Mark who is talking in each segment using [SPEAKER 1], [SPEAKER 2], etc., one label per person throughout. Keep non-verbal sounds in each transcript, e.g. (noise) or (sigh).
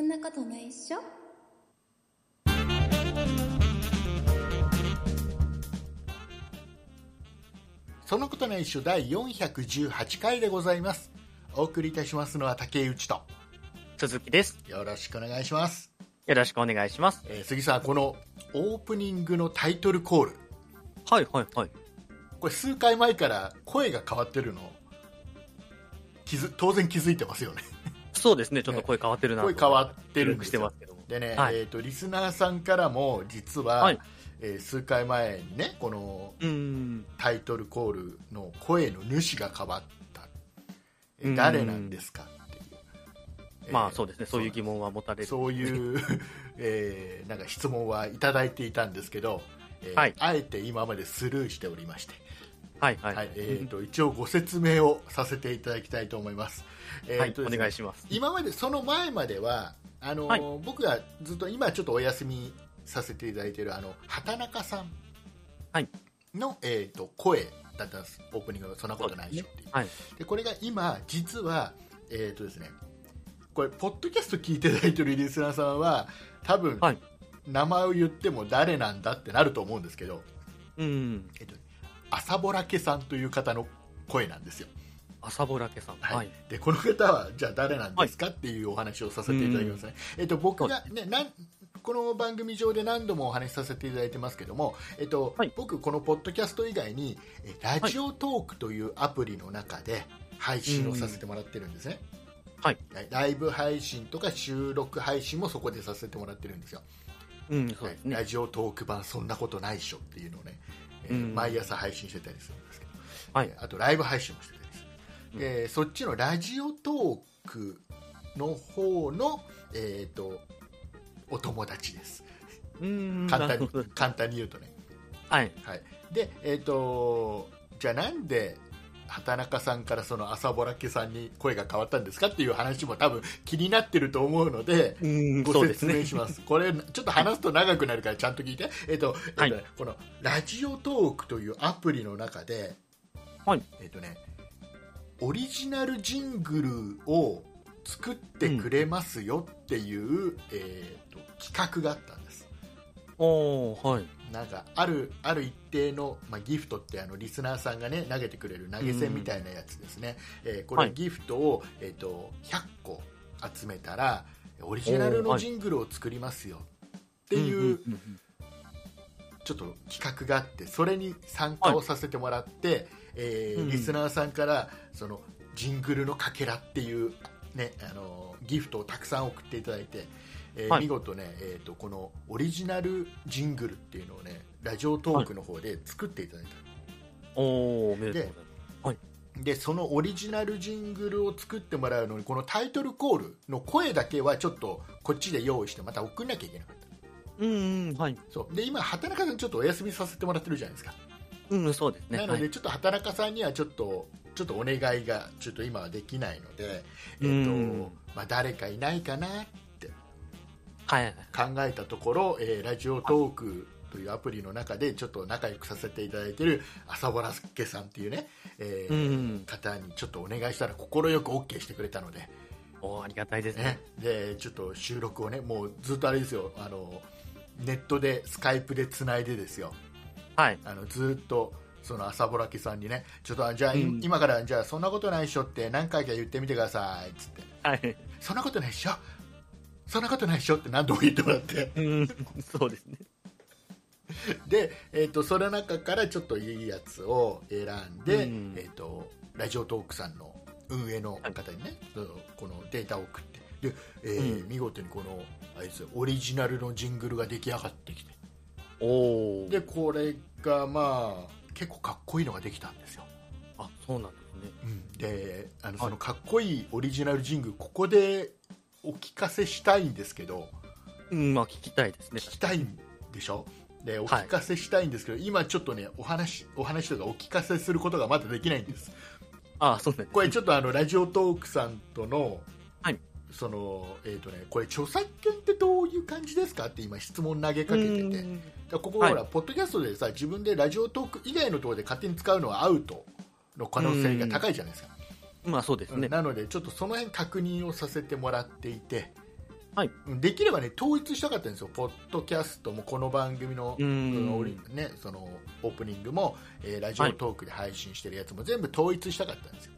[SPEAKER 1] んなことないっしょ
[SPEAKER 2] そのことないっしょ第418回でございますお送りいたしますのは竹内と
[SPEAKER 3] 鈴木です。
[SPEAKER 2] よろしくお願いします、
[SPEAKER 3] よろしくお願いします。
[SPEAKER 2] えー杉さんこのオープニングのタイトルコール
[SPEAKER 3] はいはいはい。
[SPEAKER 2] これ数回前から声が変わってるの気づ当然気づいてますよね
[SPEAKER 3] そうですね、ちょっと声変わってるなと。
[SPEAKER 2] 声変わってるんで
[SPEAKER 3] 記憶し
[SPEAKER 2] す
[SPEAKER 3] てま
[SPEAKER 2] よ
[SPEAKER 3] すけども。
[SPEAKER 2] (laughs) でね、
[SPEAKER 3] はい
[SPEAKER 2] えー、とリスナーさんからも実は、
[SPEAKER 3] はい
[SPEAKER 2] えー数回前にねこの
[SPEAKER 3] うーん。
[SPEAKER 2] タイトルコールの声の主が変わった、えー
[SPEAKER 3] うん
[SPEAKER 2] 誰なんですかっていう、えー
[SPEAKER 3] まあそうですね、そういう疑問は持たれる。
[SPEAKER 2] そういう (laughs) えーなんか質問はいただいていたんですけど、えー
[SPEAKER 3] はい
[SPEAKER 2] あえて今までスルーしておりまして、
[SPEAKER 3] はいはい。
[SPEAKER 2] はいえー、と一応ご説明をさせていただきたいと思います。え
[SPEAKER 3] はい
[SPEAKER 2] ーとですね
[SPEAKER 3] お願いします。
[SPEAKER 2] 今までその前まではあの、
[SPEAKER 3] はい
[SPEAKER 2] 僕がずっと今ちょっとお休みさせていただいているあの畑中さん
[SPEAKER 3] はい
[SPEAKER 2] の、えー、と声だったんですオープニングの「そんなことないでしょ」っていうで,、
[SPEAKER 3] はい。
[SPEAKER 2] これが今実はえっ、とですねこれポッドキャスト聞いていただいてるリスナーさんは多分、
[SPEAKER 3] はい
[SPEAKER 2] 名前を言っても誰なんだってなると思うんですけど、
[SPEAKER 3] うーん。
[SPEAKER 2] えーと朝ぼらけさんという方の声なんですよ
[SPEAKER 3] 朝ぼらけさん。
[SPEAKER 2] はい
[SPEAKER 3] はい。
[SPEAKER 2] でこの方はじゃあ誰なんですか、っていうお話をさせていただきますね、えっと、僕が、ね、なんこの番組上で何度もお話しさせていただいてますけども、えっと
[SPEAKER 3] はい
[SPEAKER 2] 僕、このポッドキャスト以外にえラジオトークというアプリの中で配信をさせてもらってるんですね、
[SPEAKER 3] はい
[SPEAKER 2] ライブ配信とか収録配信もそこでさせてもらってるんですよ、
[SPEAKER 3] うん、そうです
[SPEAKER 2] ラ
[SPEAKER 3] ね。
[SPEAKER 2] ジオトーク版「そんなことないっしょ」っていうのをね、えー
[SPEAKER 3] うん
[SPEAKER 2] 毎朝配信してたりするんですけど、
[SPEAKER 3] はい
[SPEAKER 2] あとライブ配信もしてたりする、でそっちのラジオトークの方の、えー、とお友達です
[SPEAKER 3] うーん。
[SPEAKER 2] 簡単
[SPEAKER 3] なる
[SPEAKER 2] に
[SPEAKER 3] ほど
[SPEAKER 2] 簡単に言うとね、
[SPEAKER 3] (laughs) はい。
[SPEAKER 2] はい、でえっ、とじゃあなんで畑中さんからその朝ぼらけさんに声が変わったんですかっていう話も多分気になってると思うので、
[SPEAKER 3] うーん、そ
[SPEAKER 2] ご
[SPEAKER 3] うです
[SPEAKER 2] 説明
[SPEAKER 3] ね。
[SPEAKER 2] します。これ、ちょっと話すと長くなるから、ちゃんと聞いて。えっと、えっとね
[SPEAKER 3] は
[SPEAKER 2] この、ラジオトークというアプリの中で、
[SPEAKER 3] はい
[SPEAKER 2] えっとね、オリジナルジングルを作ってくれますよっていう、えっと、企画があったんです。
[SPEAKER 3] おー、はい。
[SPEAKER 2] なんかあるある一定の、まあ、ギフトってあのリスナーさんが、ね、投げてくれる投げ銭みたいなやつですね、えーこ
[SPEAKER 3] は
[SPEAKER 2] れ
[SPEAKER 3] い
[SPEAKER 2] ギフトを、えー、と100個集めたらオリジナル
[SPEAKER 3] おー
[SPEAKER 2] の
[SPEAKER 3] はい
[SPEAKER 2] ジングルを作りますよっていうん
[SPEAKER 3] んん
[SPEAKER 2] ちょっと企画があってそれに参加をさせてもらって、えー
[SPEAKER 3] うん
[SPEAKER 2] リスナーさんからそのジングルのかけらっていう、ね、あのーギフトをたくさん送っていただいて、えー
[SPEAKER 3] はい
[SPEAKER 2] 見事ね、えー、とこのオリジナルジングルっていうのをねラジオトークの方で作っていただいた、
[SPEAKER 3] おー、おめでとうございます。
[SPEAKER 2] でそのオリジナルジングルを作ってもらうのにこのタイトルコールの声だけはちょっとこっちで用意してまた送んなきゃいけなかった
[SPEAKER 3] うーん、はい。
[SPEAKER 2] そうで今畑中さんちょっとお休みさせてもらってるじゃないですか
[SPEAKER 3] うん、そうですね。
[SPEAKER 2] なの
[SPEAKER 3] は
[SPEAKER 2] で
[SPEAKER 3] い
[SPEAKER 2] ちょっと畑中さんにはちょっとちょっとお願いがちょっと今はできないので、え
[SPEAKER 3] うん
[SPEAKER 2] ーとまあ、誰かいないかな
[SPEAKER 3] はいはい。
[SPEAKER 2] 考えたところ、えーラジオトークというアプリの中でちょっと仲良くさせていただいている朝ぼらすけさんっていうね、え
[SPEAKER 3] う
[SPEAKER 2] ー
[SPEAKER 3] ん。
[SPEAKER 2] 方にちょっとお願いしたら快く OK してくれたので,、
[SPEAKER 3] おー、ありがたいですね
[SPEAKER 2] ね。、でちょっと収録をねもうずっとあれですよあのネットでスカイプでつないでですよ
[SPEAKER 3] はい。
[SPEAKER 2] あのずーっとその朝ぼらきさんにねちょっとあじゃあ、い
[SPEAKER 3] うん
[SPEAKER 2] 今からじゃあそんなことないっしょって何回か言ってみてくださいっつって
[SPEAKER 3] はい。
[SPEAKER 2] そんなことないっしょそんなことないっしょって何度も言ってもらって (laughs)
[SPEAKER 3] うん、そうですね。
[SPEAKER 2] で、えー、とその中からちょっといいやつを選んで、
[SPEAKER 3] うん
[SPEAKER 2] えー、とラジオトークさんの運営の方にね、そのこのデータを送ってで、えー見事にこのあいつオリジナルのジングルが出来上がってきて
[SPEAKER 3] おー。
[SPEAKER 2] でこれがまあ結構かっこいいのができたんですよ
[SPEAKER 3] あ、そうなんですね。
[SPEAKER 2] であの
[SPEAKER 3] はい
[SPEAKER 2] そのかっこいいオリジナルジングルここでお聞かせしたいんですけど
[SPEAKER 3] うん、まあ聞きたいですね。
[SPEAKER 2] 聞きたいんでしょでお聞かせしたいんですけど、今ちょっとねお話お話とかお聞かせすることがまだできないんです
[SPEAKER 3] ああ、そうなんです。
[SPEAKER 2] これちょっとあのラジオトークさんとの、
[SPEAKER 3] はい
[SPEAKER 2] そのえっ、とねこれ著作権ってどういう感じですかって今質問投げかけてて
[SPEAKER 3] う
[SPEAKER 2] だか
[SPEAKER 3] ん
[SPEAKER 2] らここほ
[SPEAKER 3] はい
[SPEAKER 2] ら、ポッドキャストでさ自分でラジオトーク以外のところで勝手に使うのはアウトの可能性が高いじゃないですか
[SPEAKER 3] まあそうですね。
[SPEAKER 2] なのでちょっとその辺確認をさせてもらっていて、
[SPEAKER 3] はい
[SPEAKER 2] できればね統一したかったんですよポッドキャストもこの番組の、
[SPEAKER 3] うん
[SPEAKER 2] そのオリね、そのオープニングも、えーラジオトークで配信してるやつも全部統一したかったんですよ、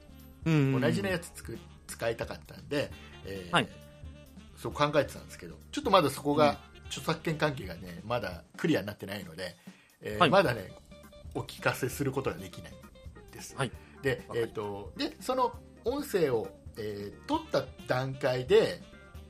[SPEAKER 3] うん
[SPEAKER 2] 同じのやつつく使いたかったんで、えー
[SPEAKER 3] はい
[SPEAKER 2] そう考えてたんですけどちょっとまだそこが、著作権関係がねまだクリアになってないので、えー
[SPEAKER 3] はい
[SPEAKER 2] まだねお聞かせすることができないです、
[SPEAKER 3] はい
[SPEAKER 2] で
[SPEAKER 3] わかり
[SPEAKER 2] えー、とでその音声を、えー取った段階で、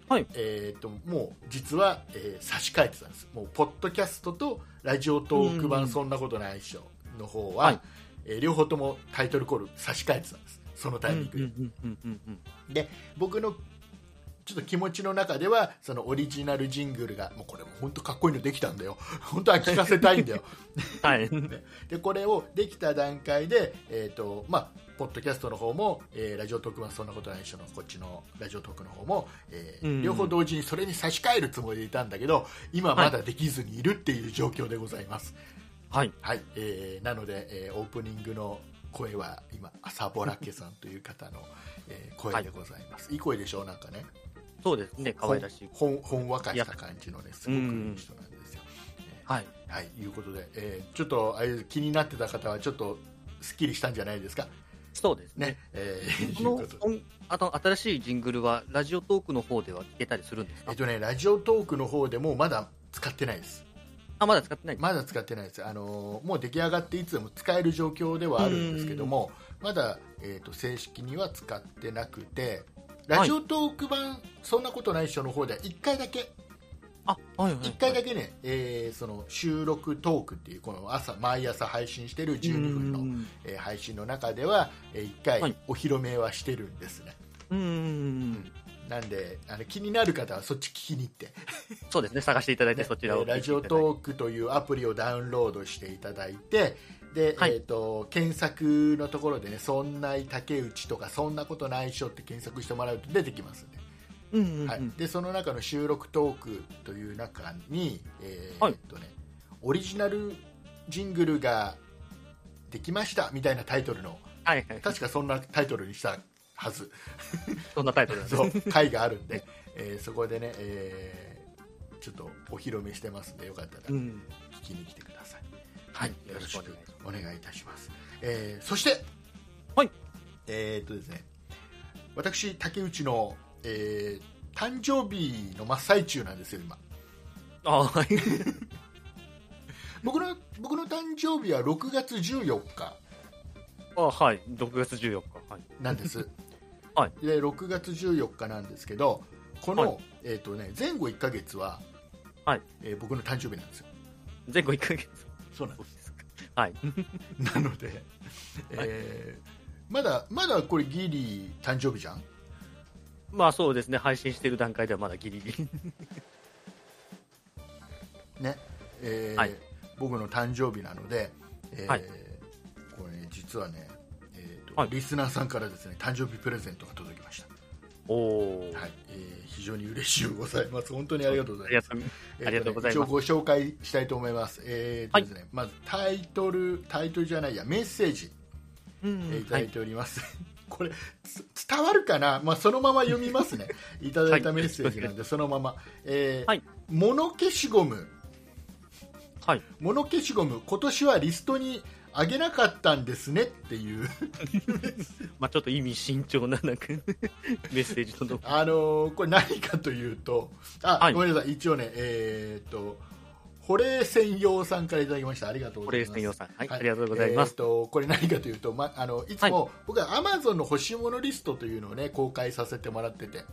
[SPEAKER 3] はい
[SPEAKER 2] えー、ともう実は、えー差し替えてたんですもうポッドキャストとラジオトーク
[SPEAKER 3] うん
[SPEAKER 2] 版「そんなことないっしょ」の方は、
[SPEAKER 3] はい
[SPEAKER 2] えー両方ともタイトルコール差し替えてたんですそのタイミングで、
[SPEAKER 3] うんうんうんうんうん
[SPEAKER 2] 僕のちょっと気持ちの中ではそのオリジナルジングルがもうこれも本当かっこいいのできたんだよ (laughs) 本当は聞かせたいんだよ
[SPEAKER 3] はい
[SPEAKER 2] でこれをできた段階で、えーとまあ、ポッドキャストの方も、えーラジオトークはそんなことないでしょのこっちのラジオトークの方も、えー
[SPEAKER 3] うん
[SPEAKER 2] 両方同時にそれに差し替えるつもりでいたんだけど今まだできずにいるっていう状況でございます、
[SPEAKER 3] はい
[SPEAKER 2] はいえーなので、えーオープニングの声は今朝ぼらけさんという方の、えー声でございます、い、い声でしょうなんかね
[SPEAKER 3] そうですね可愛らしい
[SPEAKER 2] ほんほんわかした感じのねすごくいい人なんですよ、
[SPEAKER 3] はい
[SPEAKER 2] はいいうことで、えーちょっとあれ気になってた方はちょっとすっきりしたんじゃないですか
[SPEAKER 3] そうですね
[SPEAKER 2] ねえー (laughs) いう
[SPEAKER 3] この
[SPEAKER 2] ことで
[SPEAKER 3] 音あと新しいジングルはラジオトークの方では聞けたりするんです
[SPEAKER 2] え
[SPEAKER 3] か
[SPEAKER 2] っとねラジオトークの方でもまだ使ってないです
[SPEAKER 3] あまだ使ってない
[SPEAKER 2] まだ使ってないです、あのーもう出来上がっていつでも使える状況ではあるんですけども、まだ、えー、と正式には使ってなくて、ラジオトーク版、そんなことないっしょの方では1回だけ、
[SPEAKER 3] あはいはい
[SPEAKER 2] 一回だけね、えーその収録トークっていう、この朝、毎朝配信してる12分
[SPEAKER 3] う
[SPEAKER 2] の、
[SPEAKER 3] ん
[SPEAKER 2] えー配信の中では、え1
[SPEAKER 3] は
[SPEAKER 2] 回
[SPEAKER 3] い
[SPEAKER 2] お披露目はしてるんですね。
[SPEAKER 3] うん
[SPEAKER 2] なんであの気になる方はそっち聞きに行って、
[SPEAKER 3] そうですね探していただいて
[SPEAKER 2] ね
[SPEAKER 3] そちらを
[SPEAKER 2] えーラジオトークというアプリをダウンロードしていただいてで、
[SPEAKER 3] はい
[SPEAKER 2] えー、と検索のところでね「そんない竹内」とか「そんなことないっしょ」って検索してもらうと出てきますんで,、
[SPEAKER 3] うんうんうん
[SPEAKER 2] はい、でその中の収録トークという中に、えー
[SPEAKER 3] はい
[SPEAKER 2] えっとね、オリジナルジングルができましたみたいなタイトルの
[SPEAKER 3] はいはい
[SPEAKER 2] 確かそんなタイトルにしたはず
[SPEAKER 3] そんなタイトルなんです
[SPEAKER 2] そう会があるんで、えーそこでね、えーちょっとお披露目してますんでよかったら
[SPEAKER 3] うん
[SPEAKER 2] 聞きに来てください、
[SPEAKER 3] はい
[SPEAKER 2] よ
[SPEAKER 3] よ
[SPEAKER 2] ろ
[SPEAKER 3] ろ
[SPEAKER 2] し
[SPEAKER 3] し
[SPEAKER 2] く
[SPEAKER 3] く
[SPEAKER 2] お
[SPEAKER 3] お
[SPEAKER 2] 願
[SPEAKER 3] 願
[SPEAKER 2] い
[SPEAKER 3] い
[SPEAKER 2] し
[SPEAKER 3] し
[SPEAKER 2] ますお願いいたします、えーそして
[SPEAKER 3] はい
[SPEAKER 2] えーっとですね私竹内の、えー誕生日の真っ最中なんですよ今
[SPEAKER 3] あはい
[SPEAKER 2] 僕の僕の誕生日は6月14日
[SPEAKER 3] あはい6月14日はい
[SPEAKER 2] なん
[SPEAKER 3] (laughs)
[SPEAKER 2] です、
[SPEAKER 3] はい
[SPEAKER 2] で6月14日なんですけどこの、
[SPEAKER 3] はい
[SPEAKER 2] えーっとね、前後1か月は、
[SPEAKER 3] はい
[SPEAKER 2] えー僕の誕生日なんですよ
[SPEAKER 3] 前後1ヶ月
[SPEAKER 2] そうなん
[SPEAKER 3] ですかはい
[SPEAKER 2] (laughs) なので、えーまだまだこれギリ誕生日じゃん
[SPEAKER 3] まあそうですね配信している段階ではまだギリギリ
[SPEAKER 2] ね、えー
[SPEAKER 3] はい
[SPEAKER 2] 僕の誕生日なので、えー
[SPEAKER 3] はい
[SPEAKER 2] これね実はね、えーと
[SPEAKER 3] はい
[SPEAKER 2] リスナーさんからですね誕生日プレゼントが届きまし
[SPEAKER 3] おお
[SPEAKER 2] た、はいえー非常に嬉しゅうございます本当にありがとうございます
[SPEAKER 3] ありがと
[SPEAKER 2] えーとね
[SPEAKER 3] ありがとうございます
[SPEAKER 2] 一応ご紹介したいと思います,、えーとですねまずタイトルタイトルじゃないやメッセージ
[SPEAKER 3] う
[SPEAKER 2] え
[SPEAKER 3] ん
[SPEAKER 2] ーいただいております、 (laughs) これつ伝わるかな、まあ、そのまま読み
[SPEAKER 3] (laughs)
[SPEAKER 2] ますねいただいたメッセージなんでそのまま、えー
[SPEAKER 3] はい
[SPEAKER 2] 物消しゴム
[SPEAKER 3] はい
[SPEAKER 2] 物消しゴム今年はリストにあげなかったんですねっていう (laughs)
[SPEAKER 3] まあちょっと意味慎重ななんかメッセージとの
[SPEAKER 2] あのーこれ何かというとあ、
[SPEAKER 3] はい
[SPEAKER 2] ごめんなさい一応ねえーっと保冷専用さんからいただきましたありがとうご
[SPEAKER 3] こ
[SPEAKER 2] ざい
[SPEAKER 3] れ
[SPEAKER 2] ま
[SPEAKER 3] ですすねようさんはい、
[SPEAKER 2] はい
[SPEAKER 3] ありがとうございま
[SPEAKER 2] えー
[SPEAKER 3] す、
[SPEAKER 2] とこれ何かというと、ま、あのいつも僕は Amazon の欲しいものリストというのを、ね、公開させてもらってて、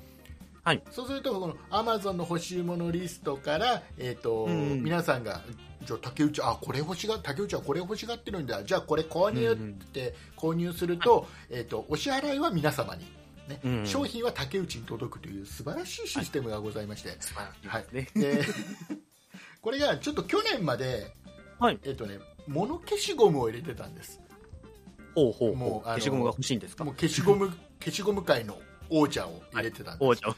[SPEAKER 3] はい
[SPEAKER 2] そうするとこの Amazon の欲しいものリストから、えーと
[SPEAKER 3] うん
[SPEAKER 2] 皆さんがじゃあ竹内あこれ欲しが竹内はこれ欲しがってるんだじゃあこれ購入って購入すると,、えー、とお支払いは皆様に、ね
[SPEAKER 3] うん
[SPEAKER 2] 商品は竹内に届くという素晴らしいシステムがございまして、
[SPEAKER 3] 素晴らしい
[SPEAKER 2] はい
[SPEAKER 3] ですね、
[SPEAKER 2] でこれがちょっと去年まで、
[SPEAKER 3] はい
[SPEAKER 2] えっとね、物消しゴムを入れてたんです
[SPEAKER 3] ほうほう
[SPEAKER 2] もう
[SPEAKER 3] ほう
[SPEAKER 2] あの
[SPEAKER 3] 消しゴムが欲しいんですか
[SPEAKER 2] もう消しゴム消しゴム界の王者を入れてたんです、
[SPEAKER 3] おじゃあ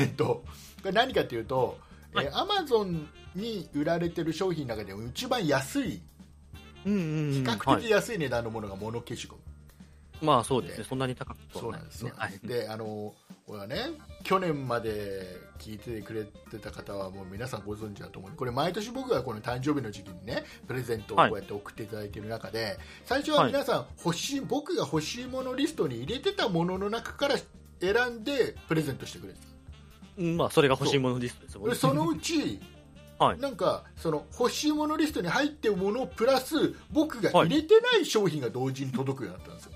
[SPEAKER 2] えっと、これ何かというと、
[SPEAKER 3] はい
[SPEAKER 2] えー Amazon に売られてる商品の中でも一番安い
[SPEAKER 3] うんうんうん
[SPEAKER 2] 比
[SPEAKER 3] 比
[SPEAKER 2] 較的安い値段のものが物消しゴム、
[SPEAKER 3] まあそうですね、そんなに高く
[SPEAKER 2] そうな
[SPEAKER 3] は
[SPEAKER 2] いんで
[SPEAKER 3] ですす
[SPEAKER 2] ね
[SPEAKER 3] ね。はい。
[SPEAKER 2] であの俺はね去年まで聞いてくれてた方はもう皆さんご存知だと思うこれ毎年僕がこの誕生日の時期にねプレゼントをこ
[SPEAKER 3] はいう
[SPEAKER 2] やって送っていただいている中で、最初は皆さん欲しい僕が欲しいものリストに入れてたものの中から選んでプレゼントしてくれてた
[SPEAKER 3] うんまあそれが欲しいものリストですもん
[SPEAKER 2] で
[SPEAKER 3] ね。
[SPEAKER 2] そのう (laughs) ち、
[SPEAKER 3] はい
[SPEAKER 2] なんかその欲しいものリストに入ってるものプラス僕が入れてない商品が同時に届くようになったんですよ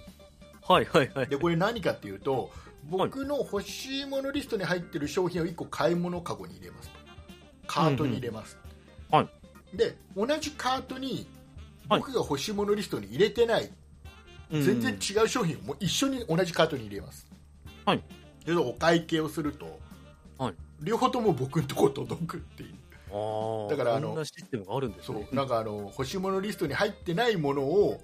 [SPEAKER 3] はいはいはい。
[SPEAKER 2] でこれ何かっていうと僕の欲しいものリストに入ってる商品を1個買い物カゴに入れますとカートに入れます、
[SPEAKER 3] うんうんは
[SPEAKER 2] で同じカートに
[SPEAKER 3] はい
[SPEAKER 2] 僕が欲しいものリストに入れてない、
[SPEAKER 3] うん
[SPEAKER 2] 全然違う商品をもう一緒に同じカートに入れます、
[SPEAKER 3] はい
[SPEAKER 2] でお会計をすると、
[SPEAKER 3] はい
[SPEAKER 2] 両方とも僕のとこ届くっていう
[SPEAKER 3] ああ。
[SPEAKER 2] だからあの
[SPEAKER 3] こんなシステムがあるんです
[SPEAKER 2] そ
[SPEAKER 3] ね。
[SPEAKER 2] うなんかあの欲しいものリストに入ってないものを、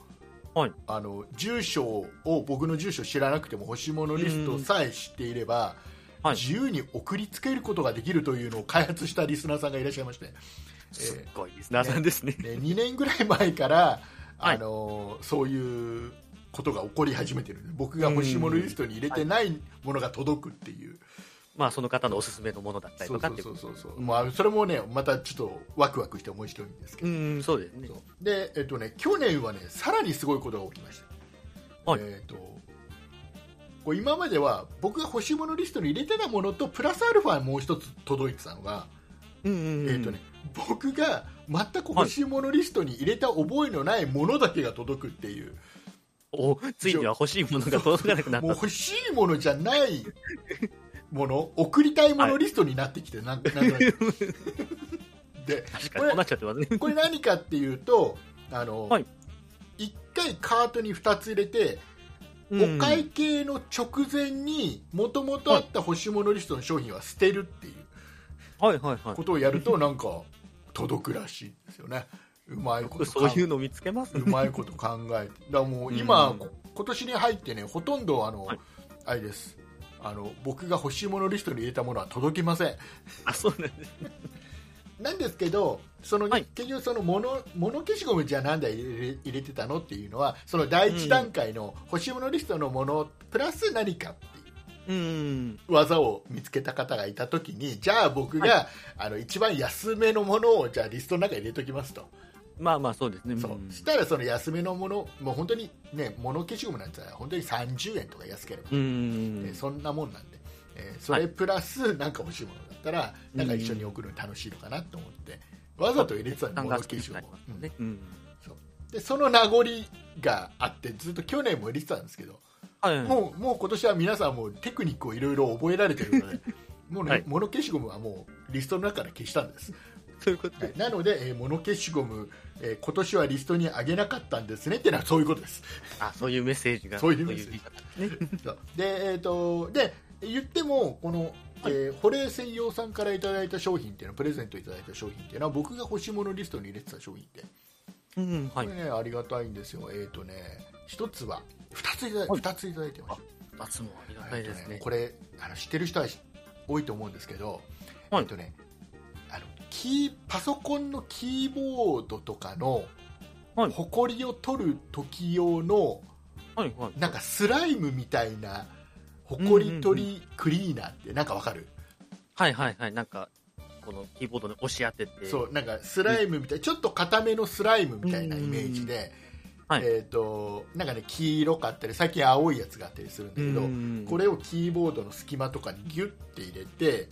[SPEAKER 3] はい
[SPEAKER 2] あの住所を僕の住所知らなくても欲しいものリストさえ知っていれば、
[SPEAKER 3] はい
[SPEAKER 2] 自由に送りつけることができるというのを開発したリスナーさんがいらっしゃいまして、ね、 (laughs)
[SPEAKER 3] すっごいですね。なんですね。
[SPEAKER 2] 2年ぐらい前から、
[SPEAKER 3] はい
[SPEAKER 2] あのそういうことが起こり始めてる僕が欲しいものリストに入れてないものが届くっていう。
[SPEAKER 3] まあその方のおすすめのものだったり
[SPEAKER 2] そ
[SPEAKER 3] と
[SPEAKER 2] う
[SPEAKER 3] か
[SPEAKER 2] そ
[SPEAKER 3] っ
[SPEAKER 2] う
[SPEAKER 3] ていう
[SPEAKER 2] そ
[SPEAKER 3] こ
[SPEAKER 2] う
[SPEAKER 3] と
[SPEAKER 2] そうそう、まあ、それもねまたちょっとワクワクして面白いんですけど、
[SPEAKER 3] うんそうですね。
[SPEAKER 2] そうで、えっとね、去年はねさらにすごいことが起きました、
[SPEAKER 3] はい
[SPEAKER 2] えっとこう今までは僕が欲しいものリストに入れてたものとプラスアルファもう一つ届いてたのが、
[SPEAKER 3] うんうんうん。
[SPEAKER 2] えっとね、僕が全く欲しいものリストに入れた覚えのないものだけが届くっていう、
[SPEAKER 3] おついには欲しいものが届かなくなっ
[SPEAKER 2] もう
[SPEAKER 3] た。
[SPEAKER 2] 欲しいものじゃないもの送りたいものリストになってきて、なんなんとなく (laughs) で
[SPEAKER 3] 確
[SPEAKER 2] これ
[SPEAKER 3] かにこうなっちゃってますね。
[SPEAKER 2] これ何かっていうとあの、
[SPEAKER 3] はい
[SPEAKER 2] 1回カートに2つ入れて、
[SPEAKER 3] うん
[SPEAKER 2] お会計の直前にもともとあった欲しいものリストの商品は捨てるっていう
[SPEAKER 3] はいはいは
[SPEAKER 2] ことをやるとなんか届くらしいんですよねうまいこ
[SPEAKER 3] い。
[SPEAKER 2] と
[SPEAKER 3] そういうの見つけます
[SPEAKER 2] う
[SPEAKER 3] ね。
[SPEAKER 2] まいこと考えてだからもう今、
[SPEAKER 3] うん
[SPEAKER 2] こ今年に入ってねほとんどあの、
[SPEAKER 3] はい
[SPEAKER 2] あれですあの僕が欲しいものリストに入れたものは届きません
[SPEAKER 3] あそうなんです。
[SPEAKER 2] なんですけど、その、
[SPEAKER 3] はい
[SPEAKER 2] 結局その物物消しゴムじゃあなんだ入れ入れてたのっていうのは、その第一段階の欲しいものリストのものプラス何かっていう
[SPEAKER 3] うん。
[SPEAKER 2] 技を見つけた方がいたときに、じゃあ僕が、あの一番安めのものをじゃあリストの中に入れときますと。
[SPEAKER 3] まあまあそうですね。
[SPEAKER 2] そう
[SPEAKER 3] うん
[SPEAKER 2] したらその安めのもの、もう本当にね物消しゴムなんてさ本当に30円とか安ければ。
[SPEAKER 3] うん
[SPEAKER 2] えーそんなもんなんで、えーそれプラスなんか欲しいものだったら、なんか一緒に送るの楽しいのかなと思って、わざと入れてたの
[SPEAKER 3] 単
[SPEAKER 2] に、
[SPEAKER 3] が
[SPEAKER 2] 物
[SPEAKER 3] 好き
[SPEAKER 2] 消
[SPEAKER 3] に
[SPEAKER 2] し
[SPEAKER 3] な
[SPEAKER 2] ゴ
[SPEAKER 3] ります
[SPEAKER 2] ム
[SPEAKER 3] ね。うん。
[SPEAKER 2] うんで、その名残があって、ずっと去年も入れてたんですけど、
[SPEAKER 3] はい。
[SPEAKER 2] もうもう今年は皆さん、もうテクニックをいろいろ覚えられてるので、もうね、
[SPEAKER 3] はい
[SPEAKER 2] 物消しゴムはもうリストの中から消したんです。
[SPEAKER 3] そういうこと
[SPEAKER 2] は
[SPEAKER 3] で
[SPEAKER 2] いなので、えー物消しゴム、えー今年はリストにあげなかったんですねっていうのはそういうことです。
[SPEAKER 3] あそういうメッセージが
[SPEAKER 2] そういうメッセージ
[SPEAKER 3] そういう言い方ね
[SPEAKER 2] そうで、えっ、と、で、言っても、この、えー保冷専用さんからいただいた商品っていうのは、プレゼントいただいた商品っていうのは、僕が欲しいものリストに入れてた商品って、
[SPEAKER 3] うんは
[SPEAKER 2] こ
[SPEAKER 3] い
[SPEAKER 2] れね、ありがたいんですよ。えっ、とね、一つは、二ついただい、
[SPEAKER 3] はい
[SPEAKER 2] 二ついただいてまし
[SPEAKER 3] 罰もありが
[SPEAKER 2] た。
[SPEAKER 3] たいです
[SPEAKER 2] えーと
[SPEAKER 3] ね
[SPEAKER 2] これ、あの、知ってる人は多いと思うんですけど、
[SPEAKER 3] はい
[SPEAKER 2] えっ、とね、あの、キー、パソコンのキーボードとかの、
[SPEAKER 3] はい
[SPEAKER 2] ほこりを取る時用の、
[SPEAKER 3] はいはい
[SPEAKER 2] なんかスライムみたいなほこり取りクリーナーってなんかわかる、
[SPEAKER 3] はいはいはいなんかこのキーボードに押し当てて
[SPEAKER 2] そうなんかスライムみたいちょっと固めのスライムみたいなイメージで、
[SPEAKER 3] うんうんうんはい
[SPEAKER 2] えっ、となんかね黄色かったり最近青いやつがあったりするんだけど、
[SPEAKER 3] うん
[SPEAKER 2] これをキーボードの隙間とかにギュッて入れて、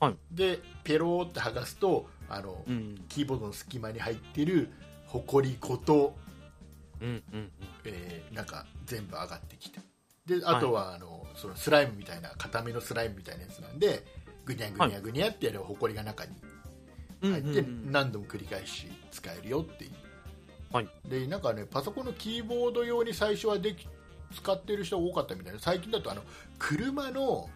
[SPEAKER 3] はい
[SPEAKER 2] でペローって剥がすとあの、
[SPEAKER 3] うん
[SPEAKER 2] キーボードの隙間に入ってるほこりごと
[SPEAKER 3] うんうん
[SPEAKER 2] えーなんか全部上がってきてであとはあの、そのスライムみたいな固めのスライムみたいなやつなんでぐにゃぐにゃぐにゃってやるほこりが中に
[SPEAKER 3] うん
[SPEAKER 2] 入っ
[SPEAKER 3] うん
[SPEAKER 2] て
[SPEAKER 3] うん
[SPEAKER 2] 何度も繰り返し使えるよっていう、
[SPEAKER 3] はい
[SPEAKER 2] でなんかねパソコンのキーボード用に最初はでき使ってる人が多かったみたいな最近だとあの車の,、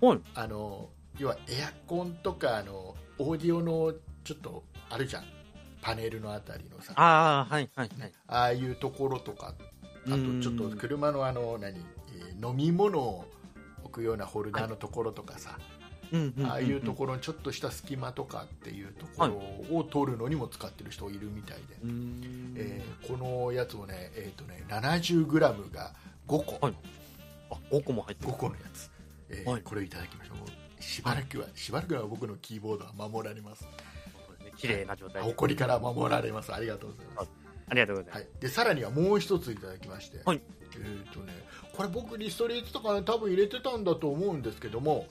[SPEAKER 3] はい
[SPEAKER 2] あの要はエアコンとかあのオーディオのちょっとあるじゃんパネルのあたりのさ
[SPEAKER 3] ああはいはいはい
[SPEAKER 2] ああいうところとかあとちょっと
[SPEAKER 3] うん
[SPEAKER 2] 車のあの何、えー飲み物を置くようなホルダーのところとかさ、
[SPEAKER 3] うんんんん
[SPEAKER 2] ああいうところのちょっとした隙間とかっていうところを取るのにも使ってる人いるみたいで、
[SPEAKER 3] うん
[SPEAKER 2] えーこのやつをね,、えーとね 70g が5個、
[SPEAKER 3] はいあ、5個も入って
[SPEAKER 2] 5
[SPEAKER 3] る。
[SPEAKER 2] 個のやつ、えー
[SPEAKER 3] はい
[SPEAKER 2] これをいただきましょうしばらくはしばらくは僕のキーボードは守られます
[SPEAKER 3] 綺麗な状態で。
[SPEAKER 2] 誇りから守られますありがとうございます、
[SPEAKER 3] ありがとうございま
[SPEAKER 2] は
[SPEAKER 3] す。
[SPEAKER 2] い、でさらにはもう一ついただきまして、
[SPEAKER 3] はい
[SPEAKER 2] えっ、とねこれ僕リストリートとか、ね、多分入れてたんだと思うんですけども、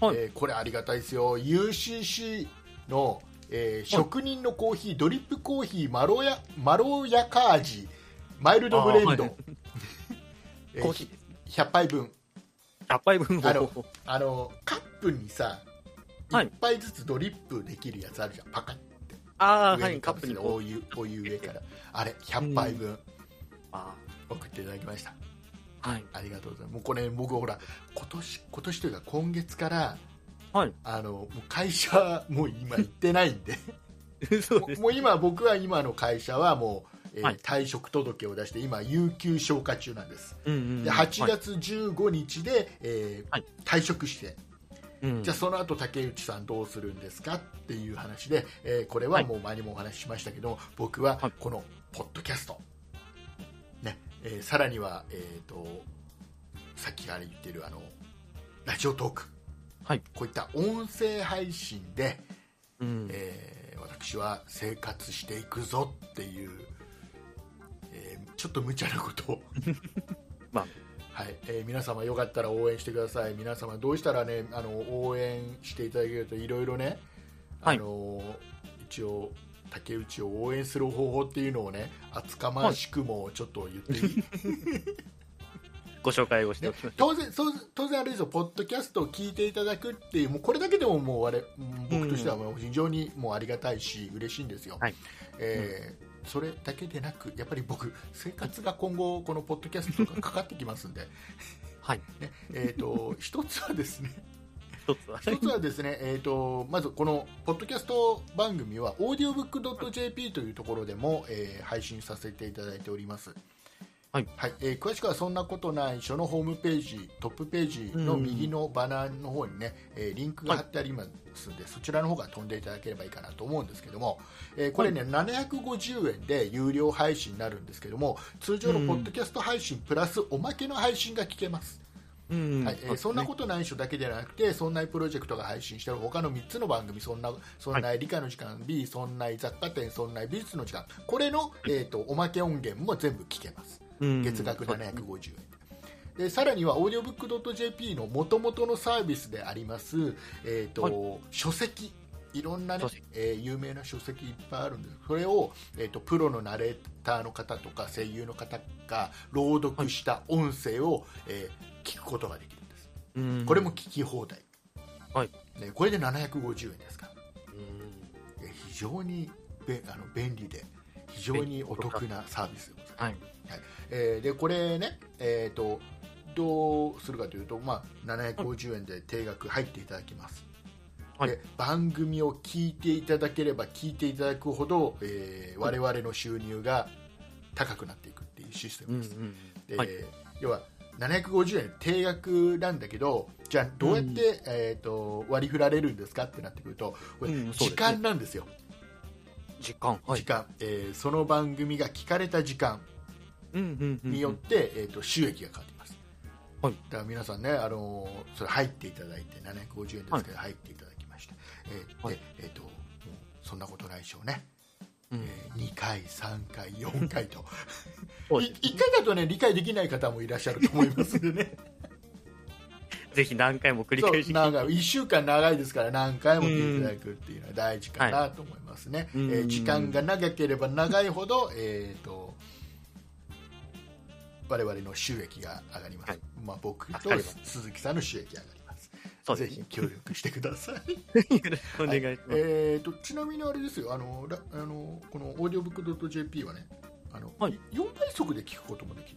[SPEAKER 3] はい
[SPEAKER 2] えーこれありがたいですよ UCC の、えー職人のコーヒードリップコーヒーまろやまろやか味マイルドブレンド、
[SPEAKER 3] あーはい
[SPEAKER 2] (laughs) えー
[SPEAKER 3] コーヒーです。
[SPEAKER 2] 100杯分
[SPEAKER 3] 100杯分
[SPEAKER 2] あの
[SPEAKER 3] を。
[SPEAKER 2] あのカップにさ
[SPEAKER 3] はい
[SPEAKER 2] 1杯ずつドリップできるやつあるじゃんパカッ
[SPEAKER 3] ああー、は
[SPEAKER 2] 上
[SPEAKER 3] い、
[SPEAKER 2] に
[SPEAKER 3] カ
[SPEAKER 2] カ
[SPEAKER 3] ッ
[SPEAKER 2] ッ
[SPEAKER 3] プ
[SPEAKER 2] プ
[SPEAKER 3] に
[SPEAKER 2] に
[SPEAKER 3] こ
[SPEAKER 2] お
[SPEAKER 3] う。
[SPEAKER 2] 湯お湯上からあれ100杯分
[SPEAKER 3] あ
[SPEAKER 2] 送っていただきました
[SPEAKER 3] ーはい。
[SPEAKER 2] ありがとうございますもうこれ僕ほら今年今年というか今月から (laughs)
[SPEAKER 3] はい。
[SPEAKER 2] あのもう会社もう今行ってないんで
[SPEAKER 3] そうです。
[SPEAKER 2] もう今僕は今の会社はもう、えー
[SPEAKER 3] はい
[SPEAKER 2] 退職届を出して今有給消化中なんです
[SPEAKER 3] うんうんうん。
[SPEAKER 2] で8月15日で、えー
[SPEAKER 3] はい
[SPEAKER 2] 退職して
[SPEAKER 3] はい。
[SPEAKER 2] じ
[SPEAKER 3] じ
[SPEAKER 2] ゃ
[SPEAKER 3] ゃ
[SPEAKER 2] あその後竹内さんどうするんですかっていう話で、えーこれはもう前にもお話ししましたけど、僕は
[SPEAKER 3] はい
[SPEAKER 2] このポッドキャスト、ねえーさらには、えー、とさっきから言ってるあのラジオトーク、
[SPEAKER 3] はい
[SPEAKER 2] こういった音声配信で、
[SPEAKER 3] うん。
[SPEAKER 2] えー私は生活していくぞっていう、えーちょっと無茶なことを。
[SPEAKER 3] まあ、
[SPEAKER 2] はいえー皆様よかったら応援してください皆様どうしたらねあの応援していただけるといろいろね、
[SPEAKER 3] はい
[SPEAKER 2] あの一応竹内を応援する方法っていうのをね厚かましくもちょっと言っていい、
[SPEAKER 3] ご紹介をしておきましょ
[SPEAKER 2] (laughs) 当然そう当然あれですよポッドキャストを聞いていただくっていうもうこれだけでももう我々うん僕としてはもう非常にもうありがたいし嬉しいんですよ、
[SPEAKER 3] はい
[SPEAKER 2] えーそれだけでなくやっぱり僕生活が今後このポッドキャストとかかかってきますんで、
[SPEAKER 3] う。はい。
[SPEAKER 2] ねえー、と一つはですね
[SPEAKER 3] 一つは。
[SPEAKER 2] 一つはですね、えー、とまずこのポッドキャスト番組はオーディオブックドット JP というところでも、えー配信させていただいております、
[SPEAKER 3] はい
[SPEAKER 2] えー詳しくはそんなことない書のホームページトップページの右のバナーの方にね、えーリンクが貼ってありますので、そちらの方が飛んでいただければいいかなと思うんですけども、えーこれね、750円で有料配信になるんですけども通常のポッドキャスト配信プラスおまけの配信が聞けます、
[SPEAKER 3] うん。
[SPEAKER 2] はいえーそんな
[SPEAKER 3] と。
[SPEAKER 2] ことない人だけではなくて、そんなプロジェクトが配信している他の3つの番組、そんな、そんな理科の時間 B、そんな雑貨店、そんな美術の時間、これの、えー、とおまけ音源も全部聞けます。
[SPEAKER 3] うん
[SPEAKER 2] 月額750円。でさらには、オーディオブックドット JP の元々のサービスであります、えーと
[SPEAKER 3] は
[SPEAKER 2] 書籍、いろんな、ね
[SPEAKER 3] 書籍
[SPEAKER 2] えー有名な書籍いっぱいあるんですそれを、えー、とプロのナレーターの方とか声優の方が朗読した音声を、えー聞くことができるんです。
[SPEAKER 3] うん
[SPEAKER 2] これも。聞き放題、
[SPEAKER 3] はい
[SPEAKER 2] ね、これで750円ですから
[SPEAKER 3] うん
[SPEAKER 2] いや非常にべあの便利で非常にお得なサービスでございます、
[SPEAKER 3] はい。
[SPEAKER 2] えーでこれね、えー、とどうするかというと、まあ、750円で定額入っていただきます、
[SPEAKER 3] はい
[SPEAKER 2] で番組を聞いていただければ聞いていただくほど、えー我々の収入が高くなっていくっていうシステ
[SPEAKER 3] う
[SPEAKER 2] ム
[SPEAKER 3] ん
[SPEAKER 2] です、
[SPEAKER 3] う
[SPEAKER 2] で
[SPEAKER 3] ん。はい。
[SPEAKER 2] 要は750円定額なんだけどじゃあどうやって、えー、と割り振られるんですかってなってくるとこれ
[SPEAKER 3] うんそうですね
[SPEAKER 2] 時間なんですよ、
[SPEAKER 3] 時間。は
[SPEAKER 2] 時
[SPEAKER 3] い。
[SPEAKER 2] 間、えーその番組が聞かれた時間
[SPEAKER 3] うんうんうん。
[SPEAKER 2] によって、えー、と収益が変わってきます、
[SPEAKER 3] はい
[SPEAKER 2] だから皆さんね、あのーそれ入っていただいて750円ですけど、入っていただきました、えー
[SPEAKER 3] はい
[SPEAKER 2] でえー、ともうそんなことないでしょうね、
[SPEAKER 3] うん
[SPEAKER 2] え2回3回4回と
[SPEAKER 3] そうです
[SPEAKER 2] 1回だとね理解できない方もいらっしゃると思いますんでね
[SPEAKER 3] ぜひ何回も繰り
[SPEAKER 2] そう
[SPEAKER 3] 返し。
[SPEAKER 2] 長い1週間長いですから何回も聞いていただくっていうのは大事かなと思いますね、
[SPEAKER 3] うん
[SPEAKER 2] えー時間が長ければ長いほど、えー、と我々の収益が上がります、
[SPEAKER 3] はい
[SPEAKER 2] まあ、僕と
[SPEAKER 3] 助かります
[SPEAKER 2] 鈴木さんの収益が上がります
[SPEAKER 3] そう
[SPEAKER 2] ぜ
[SPEAKER 3] です
[SPEAKER 2] ひ。協力してくださ
[SPEAKER 3] (laughs)
[SPEAKER 2] い
[SPEAKER 3] よろしくお願いします。
[SPEAKER 2] はいえー、とちなみにあれですよあのらあのこのオーディオブックドット JP はねあの、
[SPEAKER 3] はい
[SPEAKER 2] 4倍速で聞くこともでき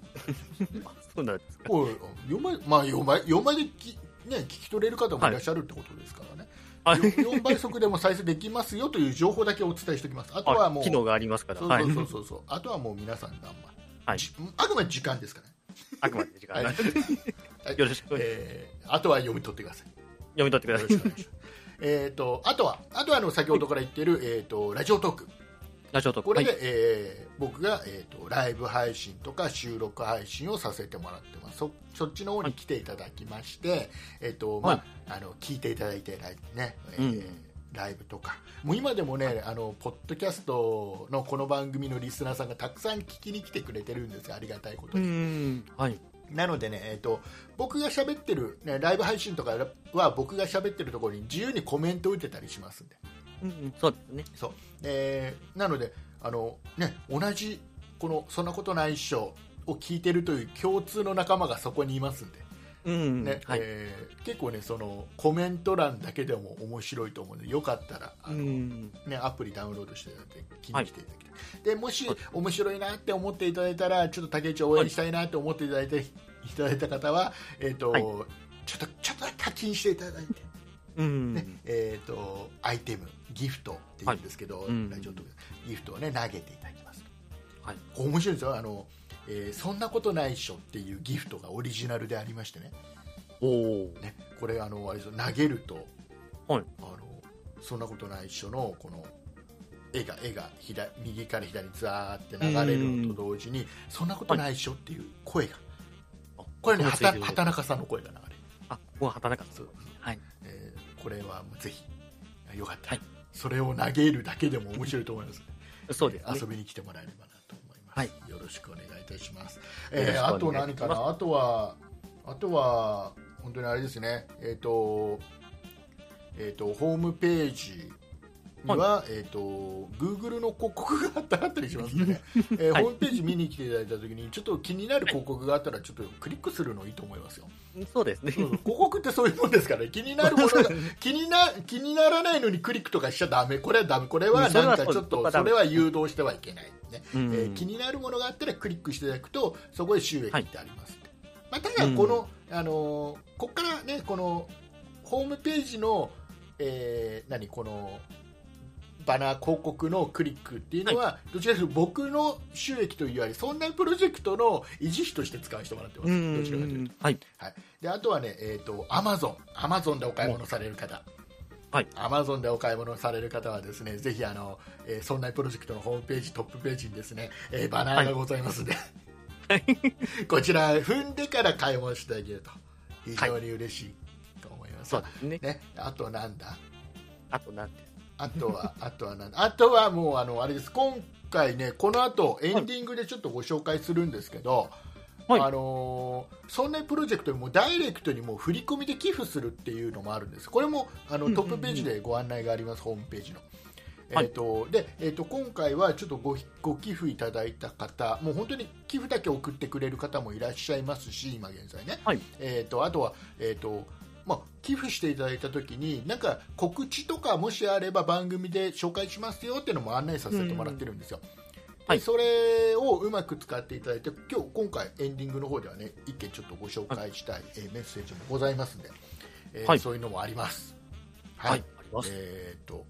[SPEAKER 2] る
[SPEAKER 3] そうなんですか。
[SPEAKER 2] こう4倍まあ4倍4倍でき、ね、聞き取れる方もいらっしゃるってことですからね、
[SPEAKER 3] はい
[SPEAKER 2] よ4倍速でも再生できますよという情報だけお伝えしておきます。あとはもう、
[SPEAKER 3] あ機能がありますから。はい。
[SPEAKER 2] そうそうそうそう、あとはもう皆さんが、まあ
[SPEAKER 3] はい
[SPEAKER 2] じあくまで時間ですからね。
[SPEAKER 3] あくまで時間
[SPEAKER 2] は
[SPEAKER 3] ないんで。よろしくお願い
[SPEAKER 2] えーあとは読み取ってください。
[SPEAKER 3] 読み取ってくだ
[SPEAKER 2] よ
[SPEAKER 3] さ
[SPEAKER 2] ろ
[SPEAKER 3] い (laughs)
[SPEAKER 2] し。くお願いします。えっとあとはあとはあの先ほどから言ってる、えっとラジオトーク、
[SPEAKER 3] ラジオトーク
[SPEAKER 2] これで、
[SPEAKER 3] はい
[SPEAKER 2] えー僕が、えー、とライブ配信とか収録配信をさせてもらってますそそっちの方に来ていただきまして、えっとまああの聞いていただいてライ,、ねえー
[SPEAKER 3] うん
[SPEAKER 2] ライブとかもう今でもねあのポッドキャストのこの番組のリスナーさんがたくさん聞きに来てくれてるんですよありがたいこと
[SPEAKER 3] う
[SPEAKER 2] に。
[SPEAKER 3] んはい
[SPEAKER 2] なのでね、えー、と僕が喋ってる、ね、ライブ配信とかは僕が喋ってるところに自由にコメントを打てたりしますんで
[SPEAKER 3] うんうんそうですね
[SPEAKER 2] そう、えーなのであの、ね、同じこの「そんなことないっしょ」を聞いてるという共通の仲間がそこにいますんで、
[SPEAKER 3] うん
[SPEAKER 2] ね
[SPEAKER 3] はい
[SPEAKER 2] えー結構ねそのコメント欄だけでも面白いと思うのでよかったらあ
[SPEAKER 3] う
[SPEAKER 2] の、
[SPEAKER 3] ん
[SPEAKER 2] ね、アプリダウンロードしていただいて気に来ていただきたい、でもし面白いなって思っていただいたらちょっと竹内を応援したいなって思っていただいて、い、ただいた方は、えーと
[SPEAKER 3] はい
[SPEAKER 2] ちょっとちょっとだけ課金していただいて、
[SPEAKER 3] うん
[SPEAKER 2] ねえー、とアイテムギフトって言うんですけど、
[SPEAKER 3] いうん
[SPEAKER 2] ラジオとかギフトを、ね、投げていただきます
[SPEAKER 3] はい
[SPEAKER 2] これ面白いんですよあの、えーそんなことないっしょ」っていうギフトがオリジナルでありましてね
[SPEAKER 3] おお
[SPEAKER 2] ねこれあのあれですよ投げると、
[SPEAKER 3] はい
[SPEAKER 2] あの「そんなことないっしょ」のこの絵が絵が左右から左にザーって流れるのと同時に「そんなことないっしょ」っていう声がこれね
[SPEAKER 3] は
[SPEAKER 2] 畑畑中さんの声が流れる、
[SPEAKER 3] あここは畑中さん
[SPEAKER 2] そう
[SPEAKER 3] はい
[SPEAKER 2] えーこれはもうぜひよかったら、
[SPEAKER 3] はい
[SPEAKER 2] それを投げるだけでも面白いと思います
[SPEAKER 3] そうですね
[SPEAKER 2] 遊びに来てもらえればなと思います、
[SPEAKER 3] はい
[SPEAKER 2] よろしくお願いいたします、
[SPEAKER 3] よろし
[SPEAKER 2] え
[SPEAKER 3] くお願いし
[SPEAKER 2] ー
[SPEAKER 3] ます
[SPEAKER 2] あと何かなあとはあとは本当にあれですねえっ、とえっ、とホームページには、えっ、と Google の広告があったらあったりしますんで
[SPEAKER 3] (laughs)
[SPEAKER 2] ね、えー
[SPEAKER 3] はい
[SPEAKER 2] ホームページ見に来ていただいた時にちょっと気になる広告があったらちょっとクリックするのいいと思いますよ
[SPEAKER 3] そうですね
[SPEAKER 2] 広告ってそういうもんですからね気になるものが気にな気にならないのにクリックとかしちゃダメこれはダメこれは
[SPEAKER 3] うんそれ
[SPEAKER 2] なん
[SPEAKER 3] は
[SPEAKER 2] か
[SPEAKER 3] そう
[SPEAKER 2] ちょっ
[SPEAKER 3] そことは
[SPEAKER 2] そ
[SPEAKER 3] ダメ
[SPEAKER 2] れは誘導してはいけないね、
[SPEAKER 3] うん
[SPEAKER 2] えー気になるものがあったらクリックしていただくとそこで収益ってありますんで、まあ、ただこの、あのーこっからねこのホームページの、えー何このバナー広告のクリックっていうのは、どちらかというと僕の収益というよりそんなプロジェクトの維持費として使わせてもらってます、
[SPEAKER 3] うん
[SPEAKER 2] どちらかというと。
[SPEAKER 3] はい
[SPEAKER 2] はい、であとはね、えー、とアマゾンアマゾンでお買い物される方
[SPEAKER 3] はい
[SPEAKER 2] アマゾンでお買い物される方はですねぜひあの、えー、そんなプロジェクトのホームページトップページにですね、えーバナーがございますので、こちら踏んでから買い物してあげると非常に嬉しいと思います、
[SPEAKER 3] そうですね
[SPEAKER 2] ね、あとなんだ
[SPEAKER 3] あとなんて
[SPEAKER 2] あとは (laughs) あとはなんだあとはもうあのあれです今回ねこの後エンディングでちょっとご紹介するんですけど、
[SPEAKER 3] はい
[SPEAKER 2] あのーそんなプロジェクトにもうダイレクトにもう振り込みで寄付するっていうのもあるんです、これもあ
[SPEAKER 3] うん
[SPEAKER 2] の
[SPEAKER 3] うん
[SPEAKER 2] トップページでご案内があります、ホームページの。
[SPEAKER 3] はい
[SPEAKER 2] えーとでえー、と今回はちょっとごご寄付いただいた方、もう本当に寄付だけ送ってくれる方もいらっしゃいますし、今現在ね、
[SPEAKER 3] はい
[SPEAKER 2] えー、とあとは、えーとまあ、寄付していただいたときに、なんか告知とかもしあれば番組で紹介しますよっていうのも案内させてもらってるんですよ。
[SPEAKER 3] は
[SPEAKER 2] で
[SPEAKER 3] い
[SPEAKER 2] それをうまく使っていただいて今日今回エンディングの方ではね一件ちょっとご紹介したい、えーメッセージもございますんで、えー
[SPEAKER 3] はい
[SPEAKER 2] そういうのもありますはい、
[SPEAKER 3] はいあります
[SPEAKER 2] えー、と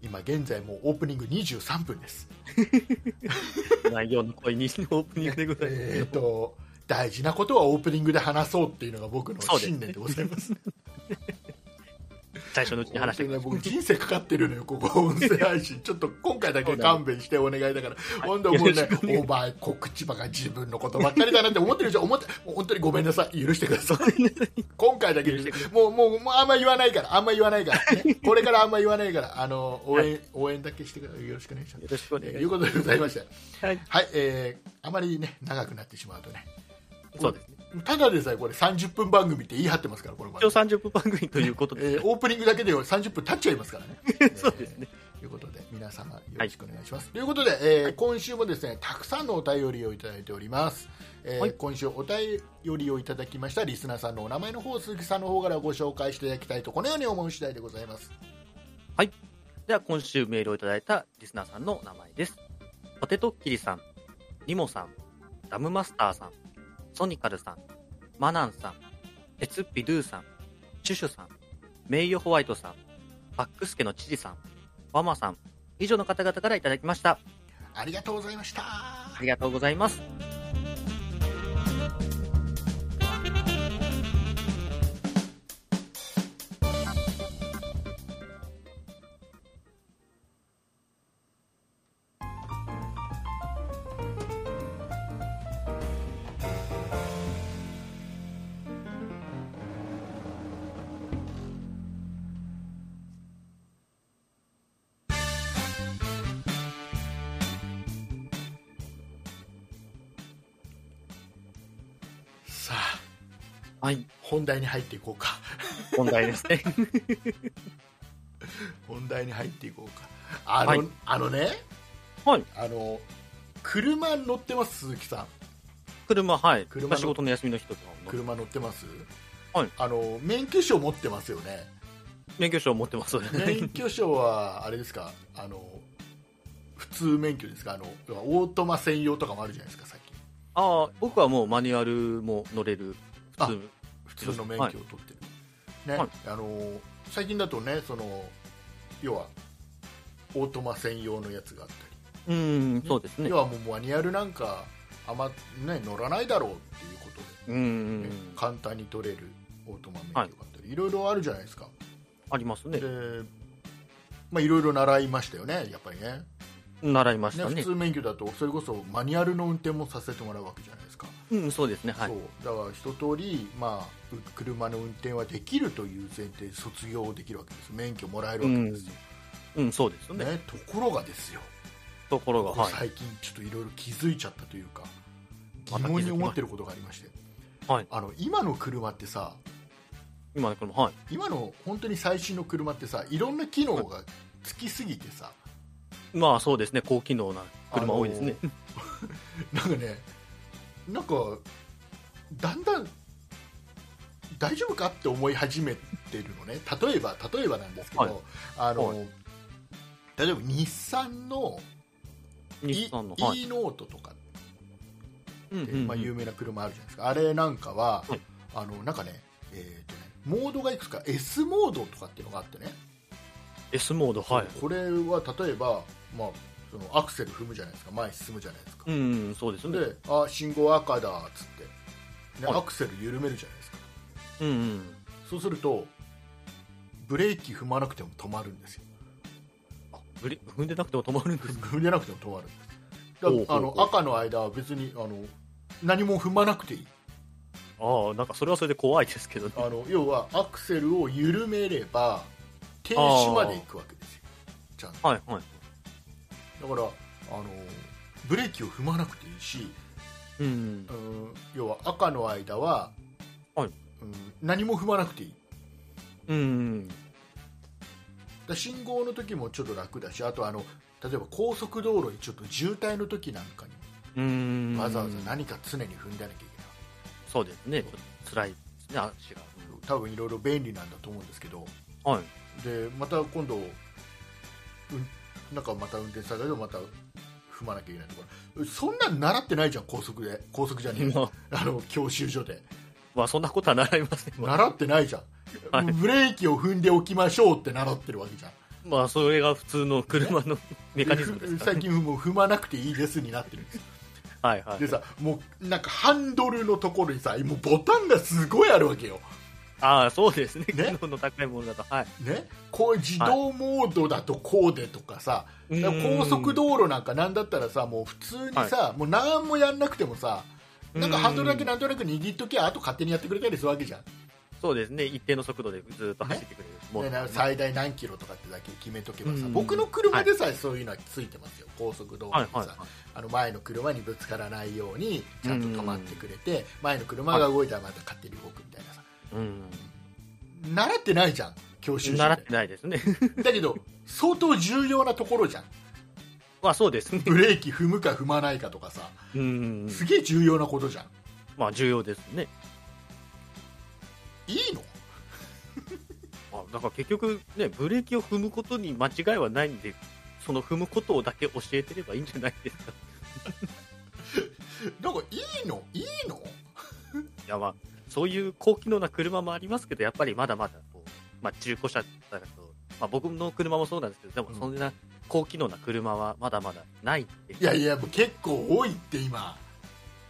[SPEAKER 2] 今現在もうオープニング23分です
[SPEAKER 3] 内容の声にオープニングでございます
[SPEAKER 2] えー、と大事なことはオープニングで話そうっていうのが僕の信念でございます
[SPEAKER 3] (laughs) 最初のうちに話して
[SPEAKER 2] 本
[SPEAKER 3] く
[SPEAKER 2] 当
[SPEAKER 3] だ
[SPEAKER 2] にね
[SPEAKER 3] さ
[SPEAKER 2] 僕人
[SPEAKER 3] い
[SPEAKER 2] 生かかってるのよここ音声配信ちょっと今回だけは勘弁してお願いだから本当もう
[SPEAKER 3] よろ
[SPEAKER 2] ね
[SPEAKER 3] しくお願い
[SPEAKER 2] お前告知ばかり自分のことばっかりだなって思ってるじゃん思って本当にごめんなさい許してくだ
[SPEAKER 3] (laughs)
[SPEAKER 2] さい今回だけ許してもうもうもうあんま言わないからあんま言わないから、ね、これからあんま言わないからあの応援、応援だけしてくださいよろしくお願いします
[SPEAKER 3] よろしくお
[SPEAKER 2] と
[SPEAKER 3] 願い
[SPEAKER 2] い
[SPEAKER 3] し
[SPEAKER 2] うことでございまして
[SPEAKER 3] ますはい
[SPEAKER 2] はいえー、あまりね長くなってしまうとね
[SPEAKER 3] そうですね
[SPEAKER 2] ただでさえこれ30分番組って言い張ってますからこの番
[SPEAKER 3] 一応
[SPEAKER 2] 組
[SPEAKER 3] 30分番組ということで
[SPEAKER 2] えーオープニングだけで30分経っちゃいますからね。 (laughs) そうですね、ということで皆様よろしくお願いします。ということで、えー今週もですねたくさんのお便りをいただいております。えー
[SPEAKER 3] はい
[SPEAKER 2] 今週お便りをいただきましたリスナーさんのお名前の方鈴木さんの方からご紹介していただきたいとこのように思う次第でございます。
[SPEAKER 3] では今週メールをいただいたリスナーさんのお名前です。ポテトッキリさん、リモさん、ダムマスターさん、ソニカルさん、マナンさん、エツッピドゥさん、シュシュさん、メイヨホワイトさん、パックスケの知事さん、ワマさん、以上の方々からいただきました。
[SPEAKER 2] ありがとうございました。
[SPEAKER 3] ありがとうございます。はい、
[SPEAKER 2] 本題に入っていこうか (laughs)
[SPEAKER 3] 本題ですね。
[SPEAKER 2] 本題に入っていこうかあの,、
[SPEAKER 3] はい
[SPEAKER 2] あのね、
[SPEAKER 3] (laughs) はい
[SPEAKER 2] あの車乗ってます鈴木さん
[SPEAKER 3] 車、はい。
[SPEAKER 2] 車の
[SPEAKER 3] まあ仕事の休みの日とかも、
[SPEAKER 2] 車乗ってます、
[SPEAKER 3] はい
[SPEAKER 2] あの免許証持ってますよね
[SPEAKER 3] 免許証持ってますので、
[SPEAKER 2] 免許証はあれです
[SPEAKER 3] (laughs)
[SPEAKER 2] かあの普通免許ですかあの要はオートマ専用とかもあるじゃないですか最近
[SPEAKER 3] ああ、僕はもうマニュアルも乗れる。
[SPEAKER 2] あ
[SPEAKER 3] 普通
[SPEAKER 2] 普通の免許を取ってる、ね
[SPEAKER 3] はい
[SPEAKER 2] あの最近だとねその要はオートマ専用のやつがあったり
[SPEAKER 3] うーん、そうですね。
[SPEAKER 2] 要
[SPEAKER 3] う
[SPEAKER 2] はもうマニュアルなんかあんま、ね、乗らないだろうっていうことで
[SPEAKER 3] ーん、
[SPEAKER 2] 簡単に取れるオートマ免許があったり、い、ろいろあるじゃないですか、
[SPEAKER 3] ありますね。
[SPEAKER 2] でまあ、いろいろ習いましたよねやっぱりね
[SPEAKER 3] 習いまし
[SPEAKER 2] ね
[SPEAKER 3] た
[SPEAKER 2] 普
[SPEAKER 3] ね。
[SPEAKER 2] 通免許だとそれこそマニュアルの運転もさせてもらうわけじゃないですか、
[SPEAKER 3] うん、そうですね。はい
[SPEAKER 2] そう。だから一通りまあう車の運転はできるという前提で卒業できるわけです免許もらえるわけですよ、
[SPEAKER 3] うん、そうですね。
[SPEAKER 2] ね、ところがですよ、
[SPEAKER 3] ところが、はい。
[SPEAKER 2] 最近ちょっといろいろ気づいちゃったというか疑
[SPEAKER 3] また気づきました
[SPEAKER 2] 問に思ってることがありまして
[SPEAKER 3] はい
[SPEAKER 2] あの今の車ってさ
[SPEAKER 3] 今の車、はい。
[SPEAKER 2] 今の本当に最新の車ってさいろんな機能がつきすぎてさ、
[SPEAKER 3] まあそうですね、高機能な車多いですね。
[SPEAKER 2] (laughs) なんかねなんかだんだん大丈夫かって思い始めてるのね例えば例えばなんですけど、
[SPEAKER 3] はい
[SPEAKER 2] あの、
[SPEAKER 3] は
[SPEAKER 2] 例えば日産の
[SPEAKER 3] 日
[SPEAKER 2] e,
[SPEAKER 3] 産の、はい。
[SPEAKER 2] e ノートとか
[SPEAKER 3] うん
[SPEAKER 2] って
[SPEAKER 3] うんうん
[SPEAKER 2] まあ、有名な車あるじゃないですか、あれなんかは、
[SPEAKER 3] はい
[SPEAKER 2] あのなんかね,、えーとね、モードがいくつか S モードとかっていうのがあってね、
[SPEAKER 3] S モード、はい。
[SPEAKER 2] これは例えば、まあ、そのアクセル踏むじゃないですか、前に進むじゃないですか
[SPEAKER 3] う、ん、そうですね。
[SPEAKER 2] であ信号赤だっつって、ね
[SPEAKER 3] はい
[SPEAKER 2] アクセル緩めるじゃないですか、
[SPEAKER 3] うんうん。
[SPEAKER 2] そうすると、ブレーキ踏まなくても止まるんですよ、
[SPEAKER 3] あ、ブレ踏んでなくても止まるんですか。
[SPEAKER 2] 踏んでなくても止まるんですだ
[SPEAKER 3] ほうほう
[SPEAKER 2] あの
[SPEAKER 3] ほう
[SPEAKER 2] 赤の間は別にあの何も踏まなくていい。
[SPEAKER 3] ああ、なんかそれはそれで怖いですけどね。
[SPEAKER 2] あの要はアクセルを緩めれば停止まで行くわけですよちゃんと
[SPEAKER 3] はいはい。
[SPEAKER 2] だからあのブレーキを踏まなくていいし、
[SPEAKER 3] うん
[SPEAKER 2] う。ん、要は赤の間は、
[SPEAKER 3] はい
[SPEAKER 2] うん、何も踏まなくていい
[SPEAKER 3] うん。
[SPEAKER 2] だ信号の時もちょっと楽だしあとあの例えば高速道路にちょっと渋滞の時なんか
[SPEAKER 3] うん。
[SPEAKER 2] にわざわざ何か常に踏んでなきゃいけない、
[SPEAKER 3] そうですね。ちょっと辛いですね、足が。
[SPEAKER 2] 多分いろいろ便利なんだと思うんですけど
[SPEAKER 3] はい。
[SPEAKER 2] でまた今度、うん、なんかまた運転されるまた踏まなきゃいけないとかそんなん習ってないじゃん高速で高速じゃねえ
[SPEAKER 3] まあ
[SPEAKER 2] よあの教習所で
[SPEAKER 3] まあそんなことは習いません。 (laughs)
[SPEAKER 2] 習ってないじゃん、
[SPEAKER 3] はい
[SPEAKER 2] ブレーキを踏んでおきましょうって習ってるわけじゃん
[SPEAKER 3] まあそれが普通の車の (laughs) メカニズムですから
[SPEAKER 2] 最
[SPEAKER 3] ね。
[SPEAKER 2] 近もう踏まなくていいですになってるんですよ
[SPEAKER 3] はいはい
[SPEAKER 2] で。さもうなんかハンドルのところにさもうボタンがすごいあるわけよ
[SPEAKER 3] ああ、そうですね。
[SPEAKER 2] ね
[SPEAKER 3] 機能の高いものだと。はい。
[SPEAKER 2] ね、こういう自動モードだとこうでとかさ、
[SPEAKER 3] うん
[SPEAKER 2] だから高速道路なんかなんだったらさもう普通にさ、もう何もやんなくてもさなんかハンドルだけなんとなく握っときゃあと勝手にやってくれたりするわけじゃん、
[SPEAKER 3] そうですね。一定の速度でずっと走ってくれるもの
[SPEAKER 2] で
[SPEAKER 3] だ
[SPEAKER 2] な
[SPEAKER 3] ね。
[SPEAKER 2] 最大何キロとかってだけ決めとけばさ、
[SPEAKER 3] うん
[SPEAKER 2] 僕の車でさえそういうのはついてますよ高速道路
[SPEAKER 3] は
[SPEAKER 2] に
[SPEAKER 3] い
[SPEAKER 2] さ、
[SPEAKER 3] はいはい。
[SPEAKER 2] あの前の車にぶつからないようにちゃんと止まってくれて、前の車が動いたらまた勝手に動くみたいなさ
[SPEAKER 3] うん。
[SPEAKER 2] 習ってないじゃん教習所
[SPEAKER 3] 習っ
[SPEAKER 2] で
[SPEAKER 3] てないですね。 (laughs)
[SPEAKER 2] だけど相当重要なところじゃん
[SPEAKER 3] まあそうですね。
[SPEAKER 2] ブレーキ踏むか踏まないかとかさ、
[SPEAKER 3] うん。
[SPEAKER 2] すげえ重要なことじゃん。
[SPEAKER 3] まあ重要ですね。
[SPEAKER 2] いいの
[SPEAKER 3] あだから結局ね、ブレーキを踏むことに間違いはないんで、その踏むことをだけ教えてればいいんじゃないですか。
[SPEAKER 2] なんかいいのいいの
[SPEAKER 3] いやまあ、そういう高機能な車もありますけど、やっぱりまだまだこう、まあ、中古車だと、まあ、僕の車もそうなんですけど、でも
[SPEAKER 2] うん
[SPEAKER 3] そんな高機能な車はまだまだないっていう
[SPEAKER 2] いやいや、もう結構多いって今。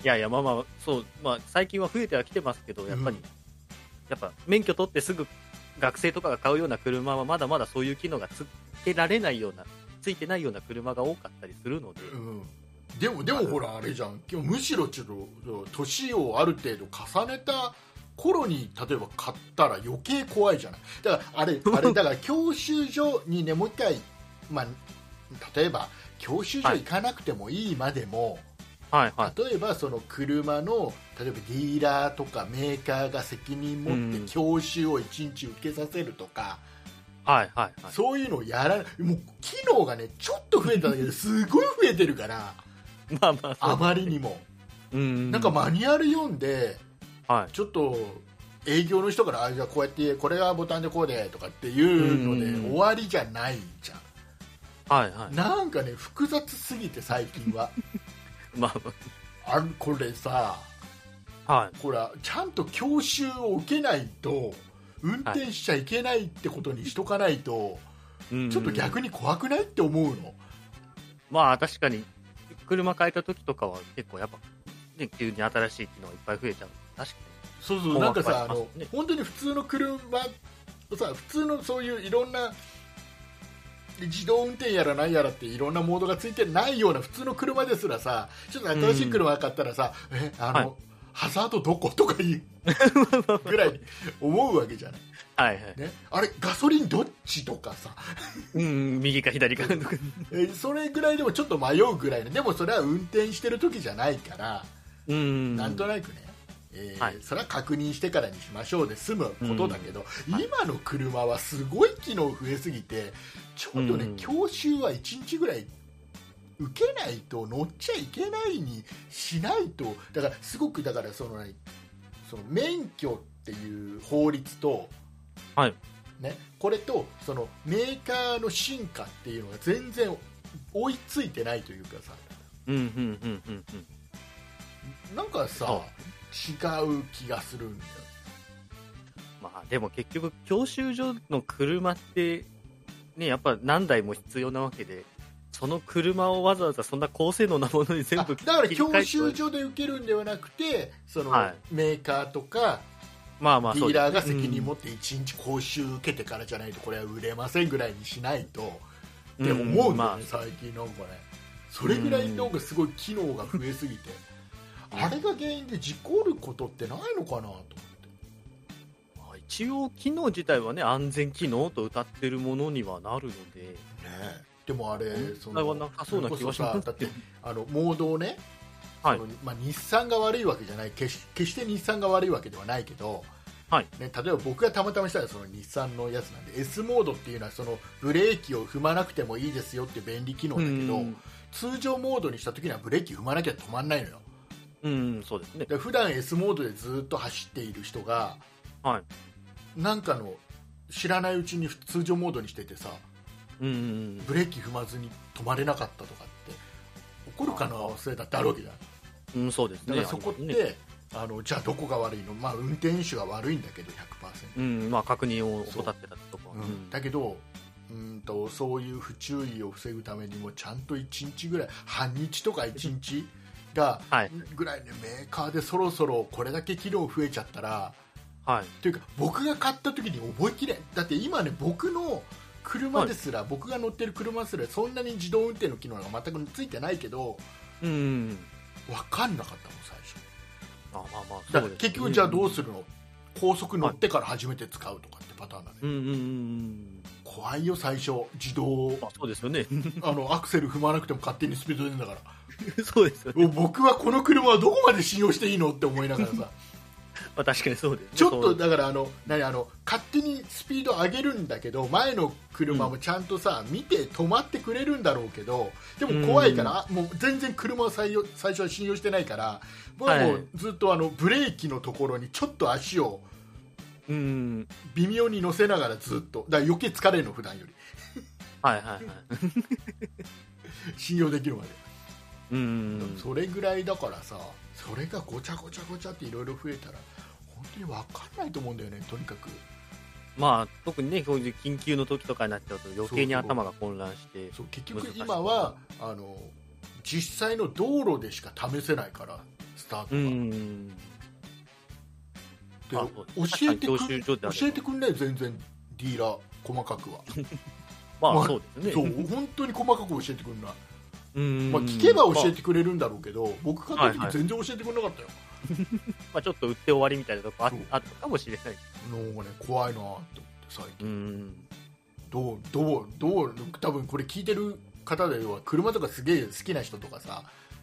[SPEAKER 3] いやいや、まあまあ、そう、まあ、最近は増えてはきてますけど、やっぱり、
[SPEAKER 2] うん
[SPEAKER 3] やっぱ免許取ってすぐ学生とかが買うような車は、まだまだそういう機能がつけられないような、ついてないような車が多かったりするので、
[SPEAKER 2] うん。でも、でもほら、あれじゃん。今日むしろちょっと、そう年をある程度重ねた頃に、例えば買ったら余計怖いじゃない。だから、
[SPEAKER 3] (laughs)
[SPEAKER 2] あれ、あれ、だから教習所にね、もう一回、まあ、例えば、教習所行かなくてもいいまでも、
[SPEAKER 3] はいはい。
[SPEAKER 2] 例えばその車の例えばディーラーとかメーカーが責任持っ
[SPEAKER 3] うん
[SPEAKER 2] て教習を1日受けさせるとか、
[SPEAKER 3] はいはいはい。
[SPEAKER 2] そういうのをやらないもう機能がねちょっと増えた
[SPEAKER 3] (laughs)
[SPEAKER 2] だけですごい増えてるから
[SPEAKER 3] まあまあ、そう
[SPEAKER 2] あまりにも、
[SPEAKER 3] うんうん。
[SPEAKER 2] なんかマニュアル読んで
[SPEAKER 3] はい。
[SPEAKER 2] ちょっと営業の人からあじゃあこうやってこれはボタンでこうでとかっていうので、
[SPEAKER 3] うん
[SPEAKER 2] 終わりじゃないじゃん
[SPEAKER 3] はいはい。
[SPEAKER 2] なんかね複雑すぎて最近は
[SPEAKER 3] ま
[SPEAKER 2] あこれさ
[SPEAKER 3] あ、はい。
[SPEAKER 2] これはちゃんと教習を受けないと運転しちゃいけないってことにしとかないと、ちょっと逆
[SPEAKER 3] に。
[SPEAKER 2] に怖くないって思うの
[SPEAKER 3] まあ確かに、車変えた時とかは結構やっぱ、ね、急に新しい機能いっぱい増えちゃう。確か
[SPEAKER 2] そうそうなんかさ
[SPEAKER 3] 困惑
[SPEAKER 2] あ
[SPEAKER 3] はし
[SPEAKER 2] の
[SPEAKER 3] ますね
[SPEAKER 2] 本当に普通の車さ普通のそういういろんな自動運転やらないやらっていろんなモードがついてないような普通の車ですらさちょっと新しい車買ったらさ、えあの、
[SPEAKER 3] はい
[SPEAKER 2] ハザードどことか言うぐらいに思うわけじゃない、
[SPEAKER 3] に。はいはい。
[SPEAKER 2] ね、あれガソリンどっちとかさ
[SPEAKER 3] うんうん、右か左か。
[SPEAKER 2] えーそれぐらいでもちょっと迷うぐらいのでもそれは運転してる時じゃないから、
[SPEAKER 3] うん。
[SPEAKER 2] なんと
[SPEAKER 3] く。
[SPEAKER 2] なくね、えー
[SPEAKER 3] はい
[SPEAKER 2] それは確認してからにしましょうで済むことだけど、今の車はすごい機能増えすぎてちょっとね、
[SPEAKER 3] うん
[SPEAKER 2] 教習は1日ぐらい受けないと乗っちゃいけないにしないとだからすごくだからその何その免許っていう法律と、
[SPEAKER 3] はい
[SPEAKER 2] ね、これとそのメーカーの進化っていうのが全然追いついてないというかさ
[SPEAKER 3] うんうんうんうんうん。
[SPEAKER 2] なんかさ
[SPEAKER 3] そ
[SPEAKER 2] 違う気がするんだよ
[SPEAKER 3] まあでも結局、教習所の車って、ね、やっぱ何台も必要なわけで、その車をわざわざそんな高性能なものに全
[SPEAKER 2] あ
[SPEAKER 3] 部
[SPEAKER 2] だから
[SPEAKER 3] 切り替えて
[SPEAKER 2] 教習所で受けるんではなくてその、
[SPEAKER 3] はい
[SPEAKER 2] メーカーとか
[SPEAKER 3] まあま
[SPEAKER 2] ディ
[SPEAKER 3] あそう
[SPEAKER 2] ー
[SPEAKER 3] です
[SPEAKER 2] ラ
[SPEAKER 3] ね
[SPEAKER 2] ーが責任持って1日講習受けてからじゃないとこれは売れませんぐらいにしないとって思うんだよね、
[SPEAKER 3] んまあ
[SPEAKER 2] 最近なんかねそれぐらいなんかすごい機能が増えすぎて、
[SPEAKER 3] うん
[SPEAKER 2] あれが原因で事故ることってないのかなと思って
[SPEAKER 3] まあ一応、機能自体はね、安全機能と歌ってるものにはなるので、
[SPEAKER 2] ねでもあれそ
[SPEAKER 3] 問題はなさそうな気がし
[SPEAKER 2] それこそ
[SPEAKER 3] ま
[SPEAKER 2] さだっ
[SPEAKER 3] す
[SPEAKER 2] てあのモードをね、
[SPEAKER 3] はい
[SPEAKER 2] そのまあ、日産が悪いわけじゃない決し決して日産が悪いわけではないけど、
[SPEAKER 3] はい
[SPEAKER 2] ね、例えば僕がたまたましたらその日産のやつなんで S モードっていうのはそのブレーキを踏まなくてもいいですよっていう便利機能だけど、
[SPEAKER 3] うん
[SPEAKER 2] 通常モードにした時にはブレーキ踏まなきゃ止まんないのよ
[SPEAKER 3] うん、そうですね。
[SPEAKER 2] で普段 S モードでずっと走っている人が
[SPEAKER 3] はい。
[SPEAKER 2] なんかの知らないうちに通常モードにしててさ
[SPEAKER 3] うんうんうん。
[SPEAKER 2] ブレーキ踏まずに止まれなかったとかって起こる可能性だってあるわけじゃん
[SPEAKER 3] うん、そうです
[SPEAKER 2] だ
[SPEAKER 3] ね。
[SPEAKER 2] からそこって、
[SPEAKER 3] ありますね
[SPEAKER 2] あのじゃあどこが悪いの、まあ、運転手が悪いんだけど100%、
[SPEAKER 3] うん、まあ確認を怠ってたとか。
[SPEAKER 2] うんだけどうんとそういう不注意を防ぐためにもちゃんと1日ぐらい半日とか1日が
[SPEAKER 3] (laughs) はい。
[SPEAKER 2] ぐらいねメーカーでそろそろこれだけ機能増えちゃったら
[SPEAKER 3] はい。
[SPEAKER 2] というか僕が買った時に思いっきりだって今ね僕の車ですら、僕が乗ってる車すらそんなに自動運転の機能が全くついてないけど
[SPEAKER 3] うんうん。
[SPEAKER 2] 分かんなかったもん最初
[SPEAKER 3] まあまあまあ、
[SPEAKER 2] だ
[SPEAKER 3] そ
[SPEAKER 2] から
[SPEAKER 3] うです
[SPEAKER 2] 結局じゃあどう
[SPEAKER 3] る
[SPEAKER 2] するの、高速乗ってから初めて使うとかってパターンだね、
[SPEAKER 3] うんうんうんうん。
[SPEAKER 2] 怖いよ最初自動
[SPEAKER 3] まあそうですよね。 (laughs)
[SPEAKER 2] あのアクセル踏まなくても勝手にスピード出るんだから
[SPEAKER 3] そうですよね。
[SPEAKER 2] お僕はこの車はどこまで信用していいのって思いながらさ
[SPEAKER 3] まあ確かにそうですね。
[SPEAKER 2] ちょっ
[SPEAKER 3] そ
[SPEAKER 2] と
[SPEAKER 3] う
[SPEAKER 2] だからあの何あの勝手にスピード上げるんだけど前の車もちゃんとさ、見て止まってくれるんだろうけどでも怖いから、もう全然車を採用最初は信用してないから僕はも
[SPEAKER 3] はいう
[SPEAKER 2] ずっとあのブレーキのところにちょっと足を
[SPEAKER 3] うん。
[SPEAKER 2] 微妙に乗せながらずっとだから余計疲れるの普段より
[SPEAKER 3] はいはいはい。
[SPEAKER 2] 信用できるまで、
[SPEAKER 3] うんうんうん。
[SPEAKER 2] それぐらいだからさそれがごちゃごちゃごちゃっていろいろ増えたら本当に分かんないと思うんだよねとにかく
[SPEAKER 3] まあ特にね、こういう緊急の時とかになっちゃうと余計に
[SPEAKER 2] そうそう
[SPEAKER 3] 頭が混乱して。
[SPEAKER 2] そう結局今はあの実際の道路でしか試せないからスター
[SPEAKER 3] うん
[SPEAKER 2] ト
[SPEAKER 3] うん
[SPEAKER 2] が、
[SPEAKER 3] うん。あ
[SPEAKER 2] で
[SPEAKER 3] そう
[SPEAKER 2] 教えて
[SPEAKER 3] 確かに
[SPEAKER 2] くん
[SPEAKER 3] 教習所であれば
[SPEAKER 2] 教えてくんないよ全然ディーラー細かくは
[SPEAKER 3] ま
[SPEAKER 2] まあ
[SPEAKER 3] あそうです
[SPEAKER 2] そ
[SPEAKER 3] ね。
[SPEAKER 2] う本当に細かく教えてくんない、
[SPEAKER 3] うん
[SPEAKER 2] まあ、聞けば教えてくれるんだろうけど、僕買った
[SPEAKER 3] はいは
[SPEAKER 2] 時全
[SPEAKER 3] い
[SPEAKER 2] 然教えてくれなかったよ、
[SPEAKER 3] まあ、ちょっと売って終わりみたいなとこあ
[SPEAKER 2] そう
[SPEAKER 3] あったかもしれない。
[SPEAKER 2] なんかね怖いなと思って最近
[SPEAKER 3] うん。
[SPEAKER 2] どうどうどう多分これ聞いてる方では車とかすげえ好きな人とかさ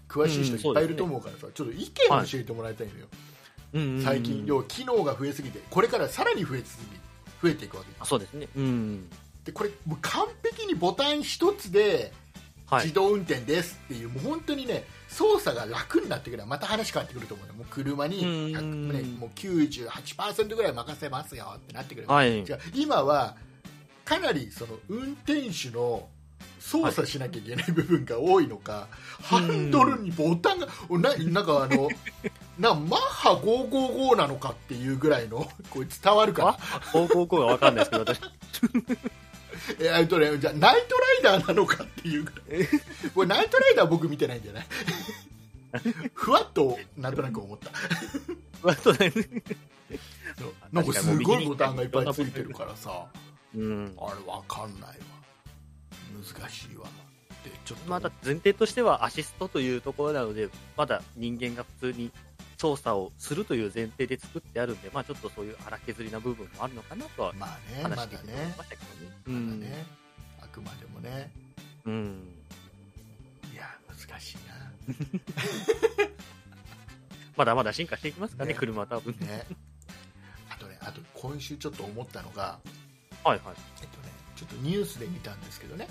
[SPEAKER 2] 詳しい人
[SPEAKER 3] うんそ
[SPEAKER 2] いうっぱ
[SPEAKER 3] ですね
[SPEAKER 2] いいると思うからさ、ちょっと意見を教えてもらいたいのよ、
[SPEAKER 3] うんうんうん
[SPEAKER 2] 最近要は機能が増えすぎてこれからさらに増えすぎ増えていくわけで
[SPEAKER 3] あそうですねうん
[SPEAKER 2] でこれもう完璧にボタン一つで
[SPEAKER 3] は
[SPEAKER 2] 自
[SPEAKER 3] い
[SPEAKER 2] 動運転ですっていう、もう本当にね操作が楽になってくればまた話変わってくると思うのもう車に
[SPEAKER 3] うん
[SPEAKER 2] 100、ね、もう98%ぐらい任せますよってなってくれば、
[SPEAKER 3] はい
[SPEAKER 2] 違う今はかなりその運転手の操作しなきゃいけない部分が多いのか、
[SPEAKER 3] い
[SPEAKER 2] ハンドルにボタンがおななんかあ (laughs) のなマッハ555なのかっていうぐらいの (laughs) これ伝わるかな
[SPEAKER 3] あ方向がわかんないですけど私
[SPEAKER 2] えーえっとね、じゃあナイトライダーなのかっていうぐら (laughs) いこれナイトライダー僕見てないんじゃない (laughs) ふわっとなんとなく思った
[SPEAKER 3] わかんないです
[SPEAKER 2] なんかすごいボタンがいっぱいついてるからさ
[SPEAKER 3] (laughs) うん
[SPEAKER 2] あれわかんないわ難しいわってちょっと
[SPEAKER 3] まだ前提としてはアシストというところなので、まだ人間が普通に操作をするという前提で作ってあるんで、まあ、ちょっとそういう荒削りな部分もあるのかなとは
[SPEAKER 2] まあねまだ
[SPEAKER 3] 話していて思い
[SPEAKER 2] ね
[SPEAKER 3] ましたけどね。う
[SPEAKER 2] まだ
[SPEAKER 3] ん
[SPEAKER 2] ねあくまでもね
[SPEAKER 3] うん
[SPEAKER 2] いや難しい
[SPEAKER 3] まだまだ進化していきますかね、
[SPEAKER 2] ね
[SPEAKER 3] 車は多分。
[SPEAKER 2] なねあとねあと今週ちょっと思ったのが
[SPEAKER 3] はいはい。
[SPEAKER 2] えっとね、ちょっとニュースで見たんですけどね、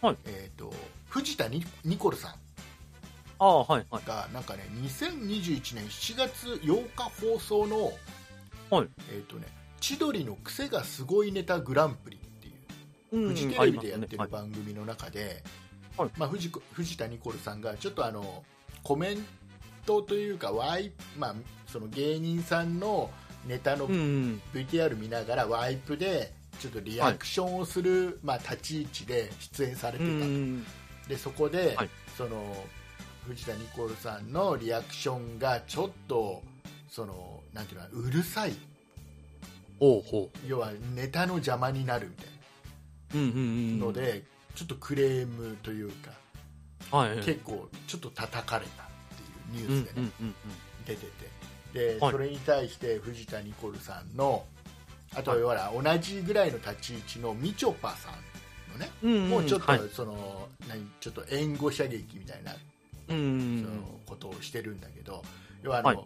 [SPEAKER 3] はい
[SPEAKER 2] えっと藤田ニニコルさん
[SPEAKER 3] ああ、はいはい。
[SPEAKER 2] がなんか、ね、2021年7月8日放送の、
[SPEAKER 3] はい
[SPEAKER 2] えっとね「千鳥の癖がすごいネタグランプリ」っていう
[SPEAKER 3] う
[SPEAKER 2] フジテレビでやってる
[SPEAKER 3] あります
[SPEAKER 2] 番
[SPEAKER 3] ね
[SPEAKER 2] 組の中で、
[SPEAKER 3] はい
[SPEAKER 2] まあ、藤子藤田ニコルさんがちょっとあのコメントというかワイ、まあ、その芸人さんのネタの
[SPEAKER 3] はいうんうん。
[SPEAKER 2] VTR 見ながらワイプでちょっとリアクションをする、まあ、立ち位置で出演されて
[SPEAKER 3] う
[SPEAKER 2] たの、
[SPEAKER 3] ん
[SPEAKER 2] でそこで、
[SPEAKER 3] はい
[SPEAKER 2] その藤田ニコルさんのリアクションがちょっとそのなんていうのかなうるさい
[SPEAKER 3] おうほ。
[SPEAKER 2] 要はネタの邪魔になるみたいう
[SPEAKER 3] うんうんうん。
[SPEAKER 2] なの、で、ちょっとクレームというか、
[SPEAKER 3] はいはい。
[SPEAKER 2] 結構ちょっと叩かれたっていうニュースでね、
[SPEAKER 3] うんうんうん
[SPEAKER 2] 出ててで、
[SPEAKER 3] はい
[SPEAKER 2] それに対して藤田ニコルさんのあとはほら、同じぐらいの立ち位置のみちょぱさんのね、
[SPEAKER 3] うん。うんん
[SPEAKER 2] もうちょっと、
[SPEAKER 3] はい
[SPEAKER 2] その何ちょっと援護射撃みたいな、
[SPEAKER 3] うんう
[SPEAKER 2] そ
[SPEAKER 3] ん
[SPEAKER 2] のことをしてるんだけど要はあの、
[SPEAKER 3] はい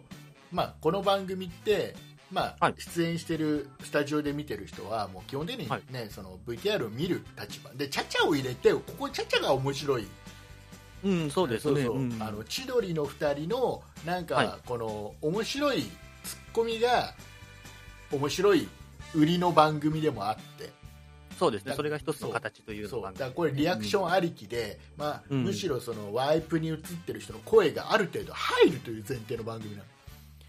[SPEAKER 2] まあ、この番組って、まあ
[SPEAKER 3] はい
[SPEAKER 2] 出演してるスタジオで見てる人はもう基本的に、ね
[SPEAKER 3] はい
[SPEAKER 2] その VTR を見る立場でチャチャを入れてここにチャチャが面白い
[SPEAKER 3] うん。うん、そうですね。
[SPEAKER 2] そうそう
[SPEAKER 3] うん
[SPEAKER 2] あの千鳥の2人のなん
[SPEAKER 3] はい
[SPEAKER 2] かこの面白いツッコミが面白い売りの番組でもあって
[SPEAKER 3] そうです
[SPEAKER 2] だ
[SPEAKER 3] ね。それが一つの形という
[SPEAKER 2] そう
[SPEAKER 3] の
[SPEAKER 2] だ
[SPEAKER 3] が
[SPEAKER 2] からこれリアクションありきで、まあ、
[SPEAKER 3] うん
[SPEAKER 2] むしろそのワイプに映ってる人の声がある程度入るという前提の番組なの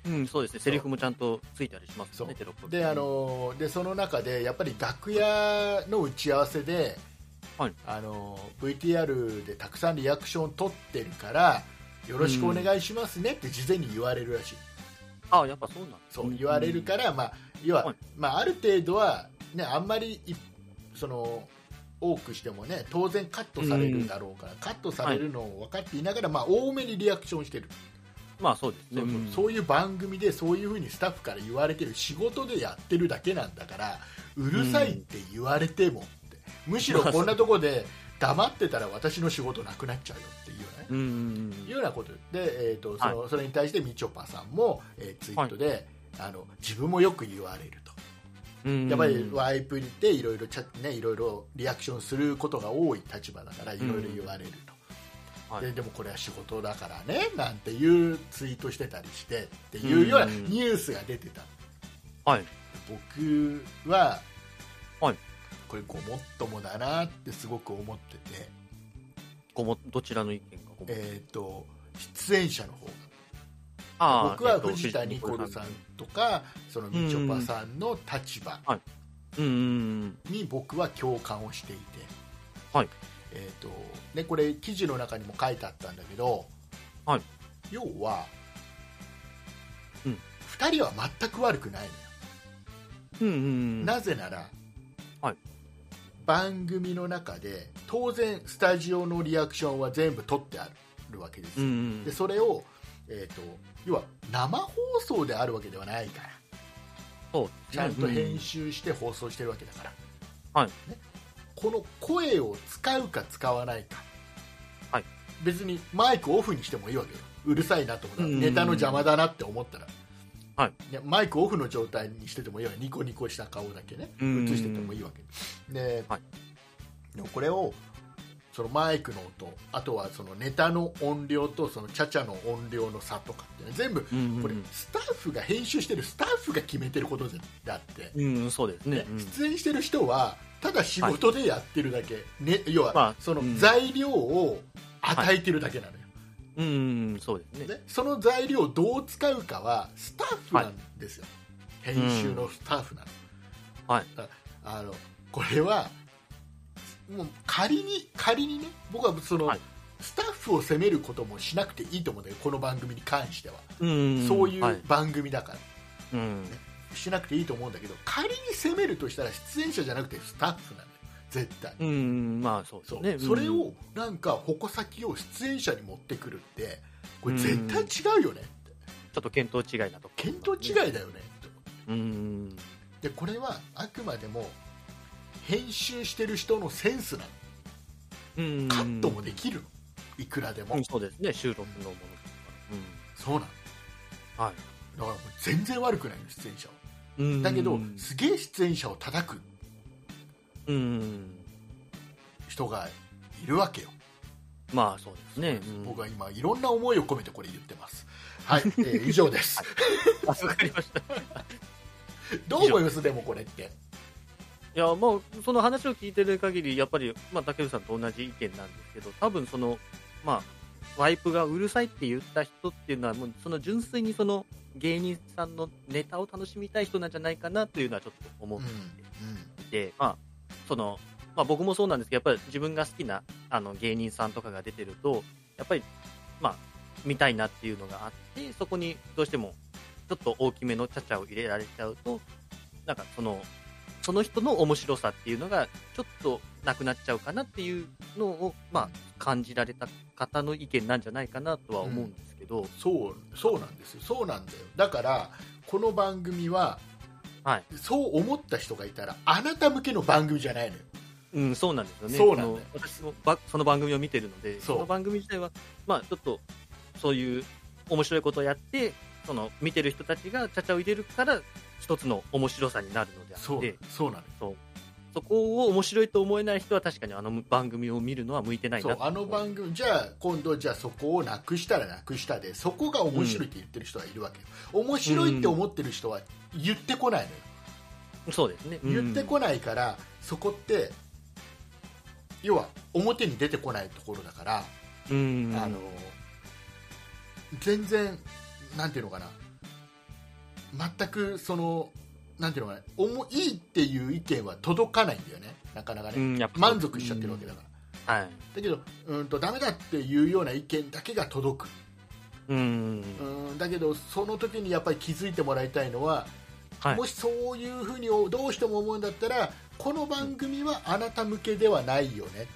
[SPEAKER 3] うん、そうですね、セリフもちゃんとついたりしますよ
[SPEAKER 2] そう
[SPEAKER 3] ね、テロップ
[SPEAKER 2] であ、のでその中でやっぱり楽屋の打ち合わせで、
[SPEAKER 3] はい
[SPEAKER 2] あの VTR でたくさんリアクションを取ってるからよろしくお願いしますねって事前に言われるらしい。
[SPEAKER 3] あやっぱそうなんですね
[SPEAKER 2] そう言われるか、ら、まあ、要は、
[SPEAKER 3] はい
[SPEAKER 2] まあ、ある程度は、ね、あんまりいその多くしても、ね、当然カットされるだろうから、カットされるのを分かっていながら、まあ、多めにリアクションしてる、
[SPEAKER 3] まあそうですね、
[SPEAKER 2] そう
[SPEAKER 3] うん
[SPEAKER 2] そういう番組でそういうふうにスタッフから言われてる仕事でやってるだけなんだからうるさいって言われてもって、むしろこんなとこで黙ってたら私の仕事なくなっちゃうよっていうね。
[SPEAKER 3] うんうん
[SPEAKER 2] いうようなことで、えーとそのそれに対してみちょぱさんも、えーツイートで、あの自分もよく言われると、
[SPEAKER 3] うん、
[SPEAKER 2] やっぱりワイプでいろいろチャ、ね、いろいろリアクションすることが多い立場だからいろいろ言われると、
[SPEAKER 3] はい
[SPEAKER 2] ででもこれは仕事だからねなんていうツイートしてたりしてっていうような
[SPEAKER 3] うん
[SPEAKER 2] ニュースが出てた
[SPEAKER 3] はい、
[SPEAKER 2] 僕は、
[SPEAKER 3] はい
[SPEAKER 2] これごもっともだなってすごく思ってて、
[SPEAKER 3] ごもどちらの意見がごも、
[SPEAKER 2] えー、と出演者の方が
[SPEAKER 3] あー
[SPEAKER 2] 僕は
[SPEAKER 3] えっと
[SPEAKER 2] 藤田ニコルさんとかそのみちょぱさんの立場
[SPEAKER 3] うんうんうん、
[SPEAKER 2] に僕は共感をしていて、
[SPEAKER 3] はい
[SPEAKER 2] えーとね、これ記事の中にも書いてあったんだけど、
[SPEAKER 3] はい
[SPEAKER 2] 要は、
[SPEAKER 3] うん
[SPEAKER 2] 2人は全く悪くないのよ、
[SPEAKER 3] うんうんうん、
[SPEAKER 2] なぜなら、
[SPEAKER 3] はい
[SPEAKER 2] 番組の中で当然スタジオのリアクションは全部取ってあるわけです
[SPEAKER 3] うん
[SPEAKER 2] よ、
[SPEAKER 3] うん、
[SPEAKER 2] でそれを、えー、と要は生放送であるわけではないから
[SPEAKER 3] そう
[SPEAKER 2] ちゃんと編
[SPEAKER 3] 集、
[SPEAKER 2] 集して放送してるわけだから、
[SPEAKER 3] はい
[SPEAKER 2] ね、この声を使うか使わないか、
[SPEAKER 3] はい
[SPEAKER 2] 別にマイクオフにしてもいいわけようるさいなと思ったら
[SPEAKER 3] うん
[SPEAKER 2] ネタの邪魔だなって思ったら、
[SPEAKER 3] はい
[SPEAKER 2] やマイクオフの状態にしててもいいわけニコニコした顔だけね
[SPEAKER 3] うん
[SPEAKER 2] 映しててもいいわけで,、
[SPEAKER 3] はい
[SPEAKER 2] でもこれをそのマイクの音あとはそのネタの音量とそのチャチャの音量の差とかって、ね、全部
[SPEAKER 3] うんうん
[SPEAKER 2] これスタッフが編集してるスタッフが決めてることだって、
[SPEAKER 3] うん、そうですね
[SPEAKER 2] ね。出演してる人はただ仕事でやってるだけ、ね、要
[SPEAKER 3] ま
[SPEAKER 2] は
[SPEAKER 3] あ
[SPEAKER 2] その
[SPEAKER 3] うん
[SPEAKER 2] 材料を与えてるだけなのよ、
[SPEAKER 3] うん、うん、そうですね。
[SPEAKER 2] ね、その材料をどう使うかはスタッフなんですよ、編集のスタッフなの,、
[SPEAKER 3] はい
[SPEAKER 2] だからあのこれはもう仮に仮にね僕はその、
[SPEAKER 3] はい
[SPEAKER 2] スタッフを責めることもしなくていいと思うんだけどこの番組に関しては、
[SPEAKER 3] うん、
[SPEAKER 2] そうい
[SPEAKER 3] は
[SPEAKER 2] う番組だから、
[SPEAKER 3] うん、
[SPEAKER 2] しなくていいと思うんだけど仮に責めるとしたら出演者じゃなくてスタッフなのよ絶対
[SPEAKER 3] うん、まあ、そうです
[SPEAKER 2] そう、
[SPEAKER 3] ね。
[SPEAKER 2] それ
[SPEAKER 3] うん、
[SPEAKER 2] をなんか矛先を出演者に持ってくるってこれ絶対違うよね、
[SPEAKER 3] ちょっと見当違いなところがね。
[SPEAKER 2] 見当違いだよね、
[SPEAKER 3] うん、
[SPEAKER 2] でこれはあくまでも編集してる人のセンスな
[SPEAKER 3] うん。
[SPEAKER 2] のカットもできるのいくらでも、
[SPEAKER 3] うん、そうですね。収録のものとか。
[SPEAKER 2] そうなの
[SPEAKER 3] うん、はい。
[SPEAKER 2] だからもう全然悪くないの出演者は
[SPEAKER 3] うん
[SPEAKER 2] だけど、すげえ出演者を叩く
[SPEAKER 3] うん、
[SPEAKER 2] 人がいるわけよ
[SPEAKER 3] まあ、そうですね。うん
[SPEAKER 2] 僕は今いろんな思いを込めてこれ言って (laughs) ますはい、えー以上です
[SPEAKER 3] あわかりました。い
[SPEAKER 2] どう思いますでもこれって
[SPEAKER 3] や、まあ、その話を聞いてる限り、やっぱり、まあ、竹内さんと同じ意見なんですけど、多分その、まあ、ワイプがうるさいって言った人っていうのは、もう、その純粋にその、芸人さんのネタを楽しみたい人なんじゃないかなというのはちょっと思
[SPEAKER 2] う
[SPEAKER 3] っ
[SPEAKER 2] ん、
[SPEAKER 3] ていて、まあ、その、まあ、僕もそうなんですけど、やっぱり自分が好きな、あの、芸人さんとかが出てると、やっぱり、まあ、見たいなっていうのがあって、そこにどうしても、ちょっと大きめのチャチャを入れられちゃうと、なんかその、その人の面白さっていうのが、ちょっとなくなっちゃうかなっていうのを、まあ、感じられた方の意見なんじゃないかなとは思うんですけど、
[SPEAKER 2] そうそうなんですよそうなんだよだからこの番組は
[SPEAKER 3] はい。
[SPEAKER 2] そう思った人がいたらあなた向けの番組じゃないのよ
[SPEAKER 3] うん、そうなんですよね。
[SPEAKER 2] そうなんだよ
[SPEAKER 3] あの私もばその番組を見てるので、
[SPEAKER 2] そ
[SPEAKER 3] そうの番組自体は、まあ、ちょっと、そういう面白いことをやって、その見てる人たちがちゃちゃを入れるから、一つの面白さになるのであ
[SPEAKER 2] そ
[SPEAKER 3] っ
[SPEAKER 2] う
[SPEAKER 3] て、
[SPEAKER 2] そうなのよ
[SPEAKER 3] そこを面白いと思えない人は確かにあの番組を見るのは向いてない
[SPEAKER 2] そ
[SPEAKER 3] な
[SPEAKER 2] うあの番組じゃあ今度じゃあそこをなくしたらなくしたでそこが面白いって言ってる人はいるわけよ、面白いって思ってる人は言ってこないのよ、
[SPEAKER 3] そうですね。う
[SPEAKER 2] 言
[SPEAKER 3] ん
[SPEAKER 2] ってこないからそこって要は表に出てこないところだから、
[SPEAKER 3] うん。
[SPEAKER 2] あの全然なんていうのかな全くそのなんていうのかなおもいいっていう意見は届かないんだよねなかなかね、
[SPEAKER 3] うんやっぱ
[SPEAKER 2] 満足しちゃってるわけだから、
[SPEAKER 3] はい。
[SPEAKER 2] だけどうんとダメだっていうような意見だけが届く
[SPEAKER 3] うん。
[SPEAKER 2] うんだけどその時にやっぱり気づいてもらいたいのは、
[SPEAKER 3] はい
[SPEAKER 2] も。しそういうふうにどうしても思うんだったらこの番組はあなた向けではないよね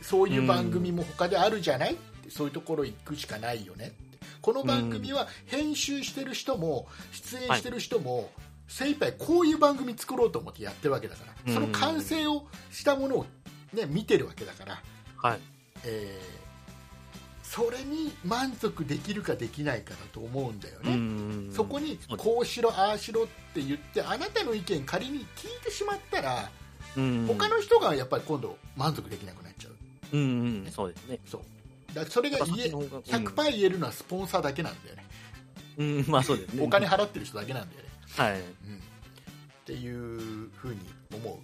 [SPEAKER 2] そういう番組も他であるじゃないってそういうところ行くしかないよねってこの番組は編集してる人も出演してる人も精一杯こういう番組作ろうと思ってやってるわけだからその完成をしたものを、ね、見てるわけだから、
[SPEAKER 3] はい。
[SPEAKER 2] えーそれに満足できるかできないかだと思うんだよね。
[SPEAKER 3] うん。
[SPEAKER 2] そこにこうしろああしろって言ってあなたの意見仮に聞いてしまったら
[SPEAKER 3] うん、
[SPEAKER 2] 他の人がやっぱり今度満足できなくなっちゃう
[SPEAKER 3] うん、うん、そうですね。
[SPEAKER 2] そうだからそれが言え100%言えるのはスポンサーだけなんだよね
[SPEAKER 3] うん、うん、まあそうですね。
[SPEAKER 2] お金払ってる人だけなんだよね、
[SPEAKER 3] はい。
[SPEAKER 2] うん、っていうふうに思うんだよね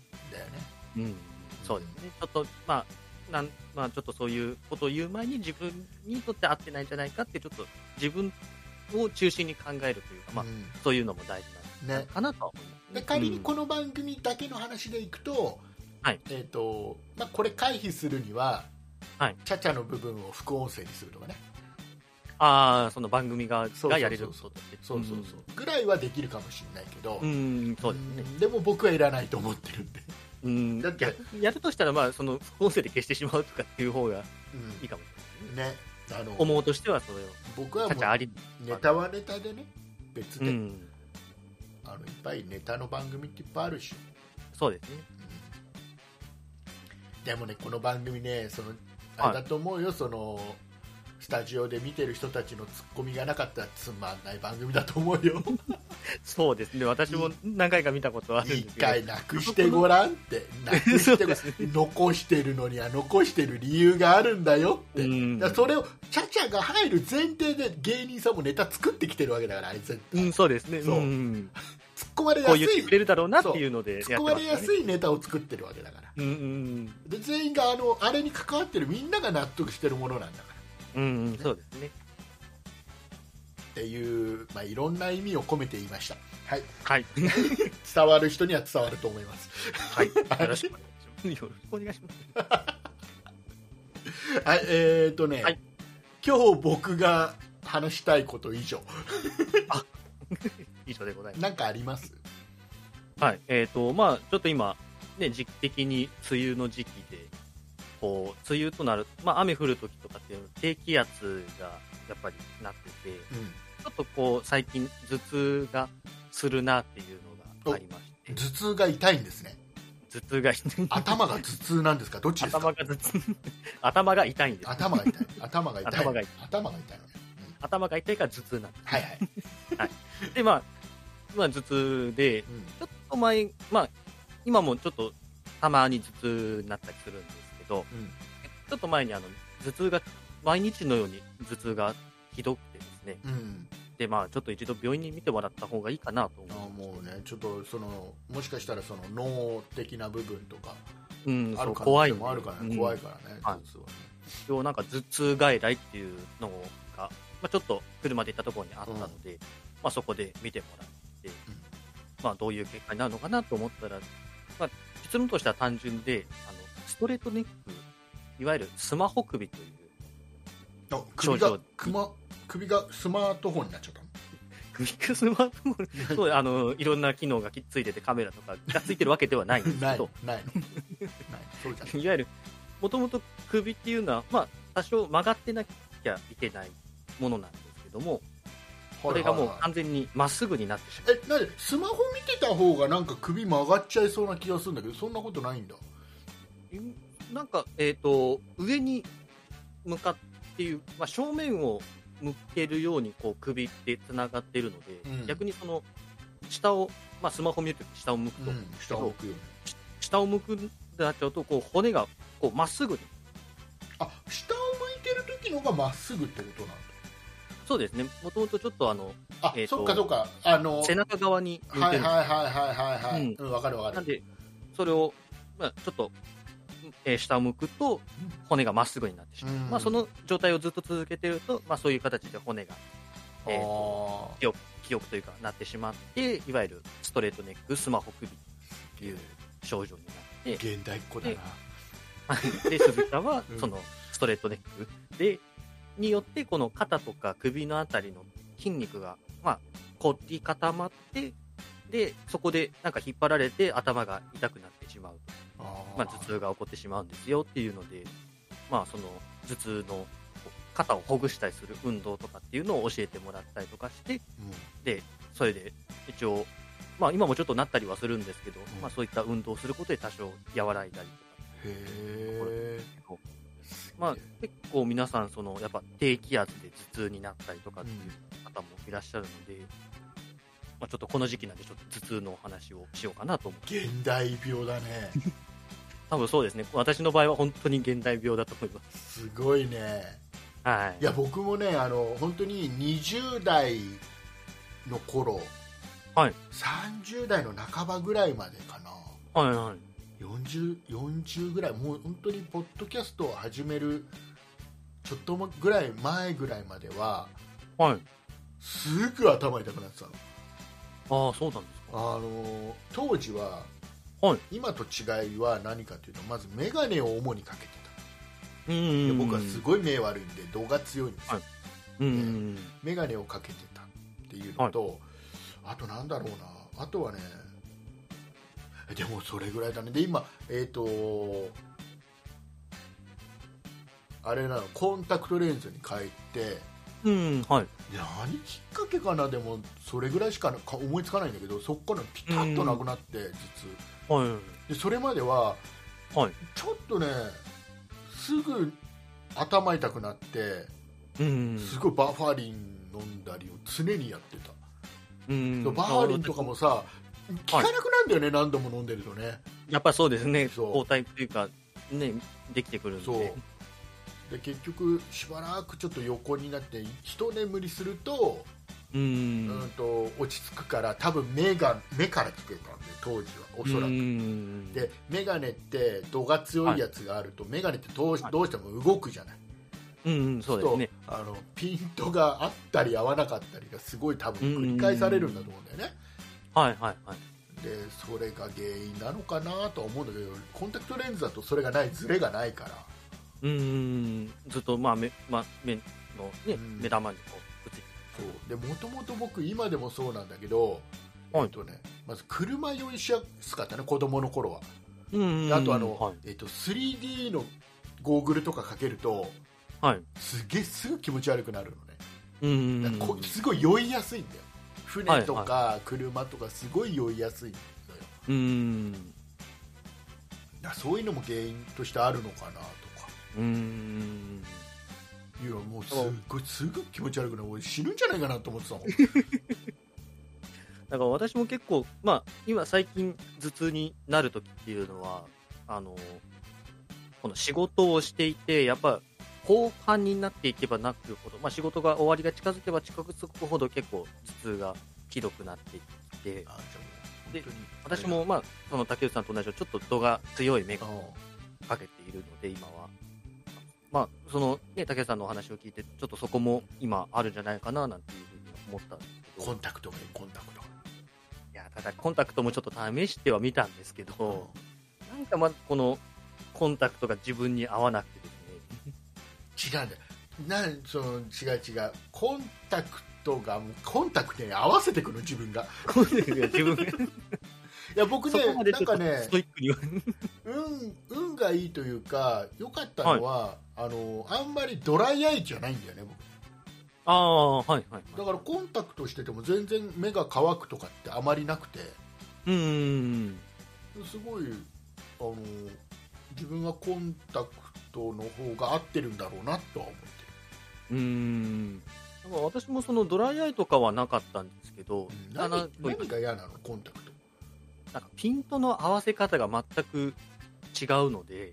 [SPEAKER 3] うん、そうですね、ちょっと、まあなんまあ、ちょっとそういうことを言う前に、自分にとって合ってないんじゃないかって、ちょっと自分を中心に考えるというか、まあ
[SPEAKER 2] う、ん
[SPEAKER 3] そういうのも大事なの
[SPEAKER 2] ね
[SPEAKER 3] かなとは思います、
[SPEAKER 2] で仮にこ
[SPEAKER 3] の、
[SPEAKER 2] の番組だけの話でいくと,、
[SPEAKER 3] はい
[SPEAKER 2] えーとまあ、これ回避するには、
[SPEAKER 3] はい
[SPEAKER 2] チャチャの部分を副音声にするとかね
[SPEAKER 3] ああ、その番組
[SPEAKER 2] そ
[SPEAKER 3] が
[SPEAKER 2] うそうそう
[SPEAKER 3] がやれることって、
[SPEAKER 2] そうそうそう、ぐらいはできるかもしれないけど、
[SPEAKER 3] うん、うん、そうですね、
[SPEAKER 2] でも僕はいらないと思ってるんで、
[SPEAKER 3] うん、
[SPEAKER 2] だって
[SPEAKER 3] ややるとしたら、まあ、その副音声で消してしまうとかっていう方がいいかもしれないね、
[SPEAKER 2] ねあの
[SPEAKER 3] 思うとしては、それを、
[SPEAKER 2] 僕は
[SPEAKER 3] ち
[SPEAKER 2] も
[SPEAKER 3] ゃちゃあり、
[SPEAKER 2] うネタはネタでね別
[SPEAKER 3] う
[SPEAKER 2] で、
[SPEAKER 3] ん、
[SPEAKER 2] あのいっぱいネタの番組っていっぱいあるし、
[SPEAKER 3] そうですね、
[SPEAKER 2] うんでもねこの番組ねそのあれだと思うよ、そのスタジオで見てる人たちのツッコミがなかったらつまんない番組だと思うよ
[SPEAKER 3] そうですね、私も何回か見たことあるんで
[SPEAKER 2] 一
[SPEAKER 3] すけど、
[SPEAKER 2] 回なくしてごらんってなく
[SPEAKER 3] そ
[SPEAKER 2] し
[SPEAKER 3] う
[SPEAKER 2] てご
[SPEAKER 3] で
[SPEAKER 2] ら
[SPEAKER 3] すね (laughs)
[SPEAKER 2] ん残してるのには残してる理由があるんだよって、
[SPEAKER 3] うん
[SPEAKER 2] だからそれをチャチャが入る前提で芸人さんもネタ作ってきてるわけだからあれ絶
[SPEAKER 3] う
[SPEAKER 2] 対、
[SPEAKER 3] ん、そうですね、、
[SPEAKER 2] そうん突っ込まれや
[SPEAKER 3] こう
[SPEAKER 2] すい
[SPEAKER 3] 言ってくれるだろうなっていうので
[SPEAKER 2] 突
[SPEAKER 3] や
[SPEAKER 2] っ
[SPEAKER 3] っ
[SPEAKER 2] 込ま
[SPEAKER 3] てま
[SPEAKER 2] すれ
[SPEAKER 3] から
[SPEAKER 2] や
[SPEAKER 3] ね
[SPEAKER 2] すいネタを作ってるわけだから
[SPEAKER 3] うんうん
[SPEAKER 2] で全員があのあれに関わってるみんなが納得してるものなんだから
[SPEAKER 3] うん、うんうん、そうですね。
[SPEAKER 2] っていう、まあ、いろんな意味を込めて言いました、はい、
[SPEAKER 3] はい、
[SPEAKER 2] 伝わる人には伝わると思います (laughs)
[SPEAKER 3] はい、よろしくお (laughs) 願いします。よろしくお願いします。
[SPEAKER 2] はい、えー、とね、
[SPEAKER 3] はい
[SPEAKER 2] 今日僕が話したいこと以上、
[SPEAKER 3] 以上でございます。
[SPEAKER 2] なんかあります
[SPEAKER 3] はい、えっ、と、まあ、ちょっと今、ね、時期的に梅雨の時期で、こう、梅雨となる、まあ、雨降る時とかっていうのは低気圧がやっぱりなってて、
[SPEAKER 2] う
[SPEAKER 3] ちょっとこう、最近、頭痛がするなっていうのがありまして
[SPEAKER 2] ん、頭、痛が痛いんですね、
[SPEAKER 3] 頭痛が、
[SPEAKER 2] 頭が頭痛なんですか、どっちですか、
[SPEAKER 3] 頭が頭痛、頭が痛いんです。
[SPEAKER 2] 頭が痛い、頭が痛い、
[SPEAKER 3] 頭が痛
[SPEAKER 2] 頭が痛いねうん
[SPEAKER 3] 頭が痛いから頭痛なんで
[SPEAKER 2] はいはい、
[SPEAKER 3] す。で、まあ、まあ、頭痛で、
[SPEAKER 2] うん
[SPEAKER 3] ちょっと前、まあ、今もちょっとたまに頭痛になったりするんですけど、
[SPEAKER 2] うん
[SPEAKER 3] ちょっと前にあの頭痛が、毎日のように頭痛がひどくてですね、
[SPEAKER 2] うん、
[SPEAKER 3] で、まあ、ちょっと一度病院に見てもらった方がいいかなと
[SPEAKER 2] あ
[SPEAKER 3] 思
[SPEAKER 2] もうね、ちょっとそのもしかしたらその脳的な部分とか
[SPEAKER 3] う。うん、
[SPEAKER 2] あ
[SPEAKER 3] そ
[SPEAKER 2] る
[SPEAKER 3] う
[SPEAKER 2] 可
[SPEAKER 3] 怖
[SPEAKER 2] 能性
[SPEAKER 3] いんで。
[SPEAKER 2] もあるから、
[SPEAKER 3] うん
[SPEAKER 2] ね、怖いからね、
[SPEAKER 3] はい
[SPEAKER 2] 頭痛はね
[SPEAKER 3] 一応なんか頭痛外来っていうのが、まあ、ちょっと車で行ったところにあったので、まあ、そこで見てもらって、まあ、どういう結果になるのかなと思ったら、まあ、結論としては単純であのストレートネックいわゆるスマホ首という (laughs)
[SPEAKER 2] あ首が
[SPEAKER 3] 症状
[SPEAKER 2] くま首がスマートフォンになっちゃったの
[SPEAKER 3] 首がスマートフォンそうあのいろんな機能がきっついててカメラとかがついてるわけではないんです
[SPEAKER 2] な
[SPEAKER 3] け
[SPEAKER 2] いの
[SPEAKER 3] ど
[SPEAKER 2] ないのない (laughs) そうじゃない
[SPEAKER 3] (laughs) いわゆる、もともと首っていうのは、まあ、多少曲がってなきゃいけないものなんですけども、これがもう完全にまっすぐになってしまう。
[SPEAKER 2] えなんでスマホ見てた方がなんか首曲がっちゃいそうな気がするんだけどそんなことないんだ
[SPEAKER 3] なんか、えっ、と、上に向かっていう、まあ、正面を向けるように、こう、首ってつながってるので、
[SPEAKER 2] うん
[SPEAKER 3] 逆にその、下を、まあ、スマホ見るとき下を向くと、
[SPEAKER 2] うん下を向くよね
[SPEAKER 3] 下を向くってなっちゃうと、こう、骨が、こう、まっすぐに。
[SPEAKER 2] あ下を向いてる時の方がまっすぐってことなん
[SPEAKER 3] そうですね。もともとちょっと、あの、
[SPEAKER 2] だあ、
[SPEAKER 3] えーと
[SPEAKER 2] そっかそっかあの
[SPEAKER 3] 背中側に向いてるん
[SPEAKER 2] は
[SPEAKER 3] で
[SPEAKER 2] い
[SPEAKER 3] す
[SPEAKER 2] はいはいはいはいはい
[SPEAKER 3] うん
[SPEAKER 2] うんわ、かるわか
[SPEAKER 3] なん
[SPEAKER 2] る
[SPEAKER 3] で、それを、まあ、ちょっと、えー下を向くと骨がまっすぐになってしまう、
[SPEAKER 2] うん
[SPEAKER 3] まあ、その状態をずっと続けてると、まあ、そういう形で骨が
[SPEAKER 2] あ
[SPEAKER 3] えー
[SPEAKER 2] ー
[SPEAKER 3] 記憶記憶というかなってしまっていわゆるストレートネックスマホ首という症状になって
[SPEAKER 2] 現代っ子だな
[SPEAKER 3] で鈴木さんは
[SPEAKER 2] (laughs) うん
[SPEAKER 3] そのストレートネックでによってこの肩とか首のあたりの筋肉が、まあ、凝り固まってでそこでなんか引っ張られて頭が痛くなってしまう
[SPEAKER 2] あー
[SPEAKER 3] まあ、頭痛が起こってしまうんですよっていうので、まあ、その頭痛の肩をほぐしたりする運動とかっていうのを教えてもらったりとかして
[SPEAKER 2] うん
[SPEAKER 3] でそれで一応、まあ、今もちょっとなったりはするんですけど、
[SPEAKER 2] ん
[SPEAKER 3] まあ、そういった運動をすることで多少和らいだり
[SPEAKER 2] へえ
[SPEAKER 3] とか、まあ、結構皆さんそのやっぱ低気圧で頭痛になったりとかっていう方もいらっしゃるので、まあ、ちょっとこの時期なんでちょっと頭痛のお話をしようかなと思って
[SPEAKER 2] 現代病だね
[SPEAKER 3] 多分そうですね私の場合は本当に現代病だと思います。
[SPEAKER 2] すごいね
[SPEAKER 3] はい
[SPEAKER 2] いや僕もねあの本当に20代の頃、
[SPEAKER 3] はい
[SPEAKER 2] 30代の半ばぐらいまでかな
[SPEAKER 3] はいはい。
[SPEAKER 2] 40, 40ぐらいもう本当にポッドキャストを始めるちょっともぐらい前ぐらいまでは
[SPEAKER 3] はい。
[SPEAKER 2] すぐ頭痛くなってたの
[SPEAKER 3] ああ、そうなんですか。
[SPEAKER 2] あの当時は、
[SPEAKER 3] はい
[SPEAKER 2] 今と違いは何かというとまず眼鏡を主にかけて
[SPEAKER 3] うん
[SPEAKER 2] た
[SPEAKER 3] う
[SPEAKER 2] で
[SPEAKER 3] ん。
[SPEAKER 2] 僕はすごい目悪いんで度が強いんですよ、
[SPEAKER 3] はいうんうん。
[SPEAKER 2] 眼鏡をかけてたっていうのと、あとなんだろうなあとはねでもそれぐらいだねで今えっ、とあれなのコンタクトレンズに変えて
[SPEAKER 3] うん、はい。
[SPEAKER 2] で何きっかけかなでもそれぐらいしかなか思いつかないんだけどそこからピタッとなくなって頭
[SPEAKER 3] は
[SPEAKER 2] 痛でそれまでは、
[SPEAKER 3] はい
[SPEAKER 2] ちょっとねすぐ頭痛くなって
[SPEAKER 3] い。うん
[SPEAKER 2] すごいバファリン飲んだりを常にやってた、
[SPEAKER 3] うん
[SPEAKER 2] バファリンとかもさ効かなくなるんだよね、何度も飲んでるとね
[SPEAKER 3] やっぱりそうですね
[SPEAKER 2] そう
[SPEAKER 3] 抗体というかねできてくるんで
[SPEAKER 2] そうで結局しばらくちょっと横になって一眠りすると,、う
[SPEAKER 3] う
[SPEAKER 2] んん、と落ち着くから多分目が目から来てたんで当時はおそらく、
[SPEAKER 3] うん
[SPEAKER 2] で眼鏡って度が強いやつがあると、眼鏡ってどう
[SPEAKER 3] はい
[SPEAKER 2] どうしても動くじゃない、
[SPEAKER 3] うんうんそうですね
[SPEAKER 2] するとあのピントがあったり合わなかったりがすごい多分繰り返されるんだと思うんだよね、
[SPEAKER 3] はいはいはい
[SPEAKER 2] でそれが原因なのかなとは思うんだけどコンタクトレンズだとそれがないズレがないから
[SPEAKER 3] うんずっとまあ目,、まあ、目の、ね
[SPEAKER 2] うん
[SPEAKER 3] 目玉にこうプチ
[SPEAKER 2] そうでもともと僕今でもそうなんだけど、
[SPEAKER 3] はい
[SPEAKER 2] えっとね、まず車酔いしやすかったね子供の頃は、
[SPEAKER 3] うん
[SPEAKER 2] であとあの、
[SPEAKER 3] はい、
[SPEAKER 2] えっと、3D のゴーグルとかかけると
[SPEAKER 3] はい、
[SPEAKER 2] すげえすぐ気持ち悪くなるのね
[SPEAKER 3] うん
[SPEAKER 2] だからこすごい酔いやすいんだよ船とか車とかすごい酔いやすいのよ
[SPEAKER 3] うん
[SPEAKER 2] だからそういうのも原因としてあるのかなとか
[SPEAKER 3] うん
[SPEAKER 2] いやもうすっごいすぐ気持ち悪くなる俺死ぬんじゃないかなと思ってたもん
[SPEAKER 3] だから私も結構、まあ、今最近頭痛になるときっていうのはあのこの仕事をしていてやっぱ後半になっていけばなくほど、まあ、仕事が終わりが近づけば近づくほど結構頭痛がひどくなってきて
[SPEAKER 2] あじゃ
[SPEAKER 3] で
[SPEAKER 2] あ
[SPEAKER 3] 私も、まあ、その竹内さんと同じようにちょっと度が強い目
[SPEAKER 2] う
[SPEAKER 3] が
[SPEAKER 2] ん
[SPEAKER 3] かけているので今は、まあそのね、竹内さんのお話を聞いてちょっとそこも今あるんじゃないかななんていうふうに思ったんですけど
[SPEAKER 2] コンタクトがいいコンタクト
[SPEAKER 3] いやただコンタクトもちょっと試してはみたんですけど、なんかまあこのコンタクトが自分に合わなくてですね
[SPEAKER 2] 違うんだよなんその違う違うコンタクトがもうコンタクトに合わせてくる自分が
[SPEAKER 3] コンタクトが自
[SPEAKER 2] (laughs)
[SPEAKER 3] 分が
[SPEAKER 2] いや僕
[SPEAKER 3] そ
[SPEAKER 2] ね
[SPEAKER 3] こまで
[SPEAKER 2] な
[SPEAKER 3] ち
[SPEAKER 2] ん
[SPEAKER 3] ょっと
[SPEAKER 2] かね
[SPEAKER 3] ストイックには
[SPEAKER 2] 運運がいいというか良かったのは、あのあんまりドライアイじゃないんだよね僕
[SPEAKER 3] ああはいはい
[SPEAKER 2] だからコンタクトしてても全然目が乾くとかってあまりなくて
[SPEAKER 3] うーん
[SPEAKER 2] すごいあの自分はコンタクトの方が合ってるんだろうなとは思って
[SPEAKER 3] うーんだから私もそのドライアイとかはなかったんですけど、
[SPEAKER 2] る
[SPEAKER 3] あの
[SPEAKER 2] 何何が嫌なのコンタクト
[SPEAKER 3] なんかピントの合わせ方が全く違うので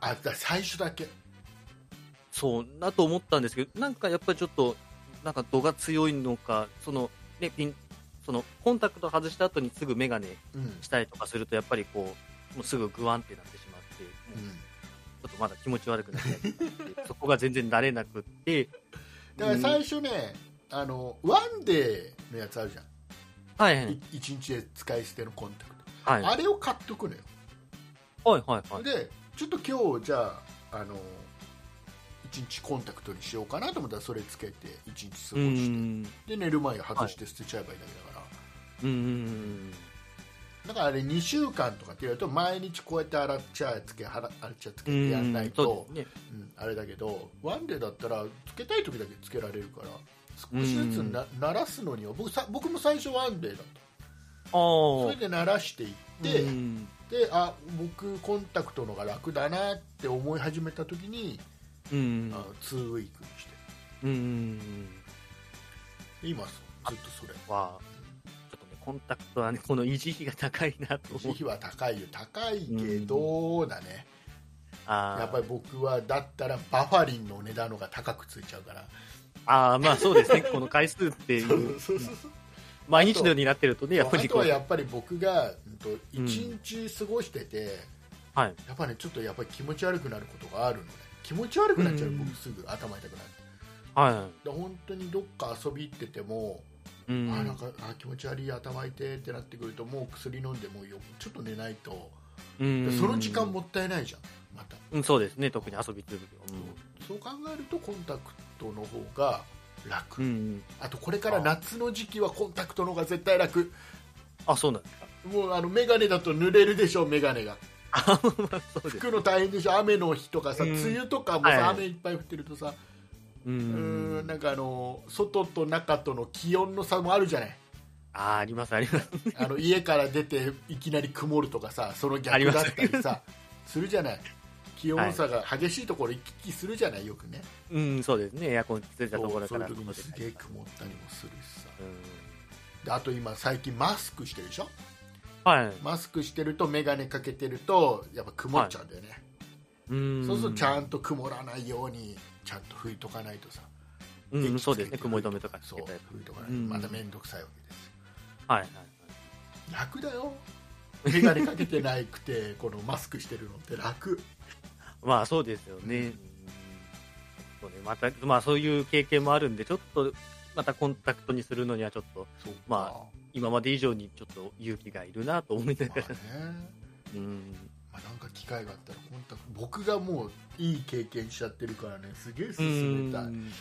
[SPEAKER 2] あだから最初だけ
[SPEAKER 3] そうなと思ったんですけどなんかやっぱりちょっとなんか度が強いのかそのねピンそのコンタクト外した後にすぐ眼鏡
[SPEAKER 2] うん、うん
[SPEAKER 3] したりとかするとやっぱりこうもうすぐグワンってなってしまってもうちょっとまだ気持ち悪くなっちゃ
[SPEAKER 2] (laughs)
[SPEAKER 3] ってそこが全然慣れなくって
[SPEAKER 2] だから
[SPEAKER 3] うん
[SPEAKER 2] 最初ね、あのワンデーのやつあるじゃん、
[SPEAKER 3] はいはいい
[SPEAKER 2] 一日で使い捨てのコンタクト、
[SPEAKER 3] はいは
[SPEAKER 2] あれを買っとくのよ、
[SPEAKER 3] いはいはい
[SPEAKER 2] でちょっと今日じゃああの一日コンタクトにしようかなと思ったらそれつけて一日過ごして、
[SPEAKER 3] うーん
[SPEAKER 2] で寝る前外して捨てちゃえばいいだけだから、
[SPEAKER 3] うーん
[SPEAKER 2] だからあれ2週間とかって言われると毎日こうやって洗っちゃえつけ洗っ洗っちゃえつけ
[SPEAKER 3] う
[SPEAKER 2] てやん
[SPEAKER 3] ー
[SPEAKER 2] ない
[SPEAKER 3] んそ
[SPEAKER 2] と
[SPEAKER 3] う、ですね
[SPEAKER 2] うんあれだけどワンデーだったらつけたい時だけつけられるから少しずつな慣らすのには僕さ僕も最初ワンデーだった
[SPEAKER 3] ああ
[SPEAKER 2] それで慣らしていって、
[SPEAKER 3] うーん
[SPEAKER 2] であ僕コンタクトのが楽だなって思い始めた時に、
[SPEAKER 3] うーん
[SPEAKER 2] あのツーウィークにして
[SPEAKER 3] うーん
[SPEAKER 2] 今そうずっとそれ
[SPEAKER 3] はちょっとねコンタクトはねこの維持費が高いなと
[SPEAKER 2] 維持
[SPEAKER 3] 思う
[SPEAKER 2] 費は高いよ高いけどだね、
[SPEAKER 3] あー
[SPEAKER 2] やっぱり僕はだったらバファリンのお値段のが高くついちゃうから
[SPEAKER 3] あーまあそうですねこの回数って
[SPEAKER 2] (laughs)
[SPEAKER 3] いう
[SPEAKER 2] あ
[SPEAKER 3] 毎日のようになってるとねやっぱり
[SPEAKER 2] と
[SPEAKER 3] こ
[SPEAKER 2] は
[SPEAKER 3] う
[SPEAKER 2] やっぱり僕がうんと一日過ごしてて、
[SPEAKER 3] はい
[SPEAKER 2] やっぱねちょっとやっぱり気持ち悪くなることがあるのね気持ち悪くなっちゃう、
[SPEAKER 3] うん
[SPEAKER 2] 僕すぐ頭痛くなって
[SPEAKER 3] は
[SPEAKER 2] だから本当にどっか遊び行ってても、
[SPEAKER 3] いうん
[SPEAKER 2] あなんかあ気持ち悪い頭痛いってなってくるともう薬飲んでもうよちょっと寝ないと、
[SPEAKER 3] うーん
[SPEAKER 2] その時間もったいないじゃんまた
[SPEAKER 3] うん、そうですね、特に遊び続けは。
[SPEAKER 2] そう考えるとコンタクトの方が楽、
[SPEAKER 3] うん。うん。
[SPEAKER 2] あとこれから夏の時期はコンタクトの方が絶対楽
[SPEAKER 3] あ、そうなんですか。
[SPEAKER 2] もうあの眼鏡だと濡れるでしょ眼鏡が
[SPEAKER 3] あ、まあ、そうです。
[SPEAKER 2] 拭くの大変でしょ雨の日とかさ、
[SPEAKER 3] うん
[SPEAKER 2] 梅雨とかもさ、
[SPEAKER 3] はい
[SPEAKER 2] 雨いっぱい降ってるとさ
[SPEAKER 3] うー
[SPEAKER 2] うんんなんかあの外と中との気温の差もあるじゃない
[SPEAKER 3] あ、あります、あります。
[SPEAKER 2] あの家から出ていきなり曇るとかさその
[SPEAKER 3] あ
[SPEAKER 2] 逆
[SPEAKER 3] りま
[SPEAKER 2] だっ
[SPEAKER 3] す
[SPEAKER 2] たりさするじゃない気温差が激しいところ行き来するじゃないよくね
[SPEAKER 3] うん、そうですね。エアコンついたところだ
[SPEAKER 2] そ
[SPEAKER 3] か
[SPEAKER 2] ういう
[SPEAKER 3] ら。
[SPEAKER 2] 時にすげえ
[SPEAKER 3] う
[SPEAKER 2] 曇ったりもするしさ
[SPEAKER 3] ん
[SPEAKER 2] であと今最近マスクしてるでしょ
[SPEAKER 3] はい。
[SPEAKER 2] マスクしてると眼鏡かけてるとやっぱ曇っちゃうんだよね、
[SPEAKER 3] うん。
[SPEAKER 2] そうするとちゃんと曇らないようにちゃんと拭いとかないとさ、
[SPEAKER 3] う
[SPEAKER 2] 電
[SPEAKER 3] ん、
[SPEAKER 2] 気つけて
[SPEAKER 3] そうですね。曇り止めとかつ
[SPEAKER 2] そ
[SPEAKER 3] け
[SPEAKER 2] う
[SPEAKER 3] たり
[SPEAKER 2] 拭いとかない、
[SPEAKER 3] うん
[SPEAKER 2] また面倒くさいわけですよ
[SPEAKER 3] はいはい。
[SPEAKER 2] 楽だよ眼鏡かけてないくてこのマスクしてるのって楽
[SPEAKER 3] まあそうですよね。うんそうねまた、まあそういう経験もあるんで、ちょっと、またコンタクトにするのにはちょっと、
[SPEAKER 2] そうか
[SPEAKER 3] ま今まで以上にちょっと勇気がいるなと思いな
[SPEAKER 2] ま
[SPEAKER 3] が
[SPEAKER 2] あ
[SPEAKER 3] ら
[SPEAKER 2] ね。
[SPEAKER 3] うん。
[SPEAKER 2] まあ、なんか機会があったらコンタクト僕がもういい経験しちゃってるからねすげえ進めたい、
[SPEAKER 3] うん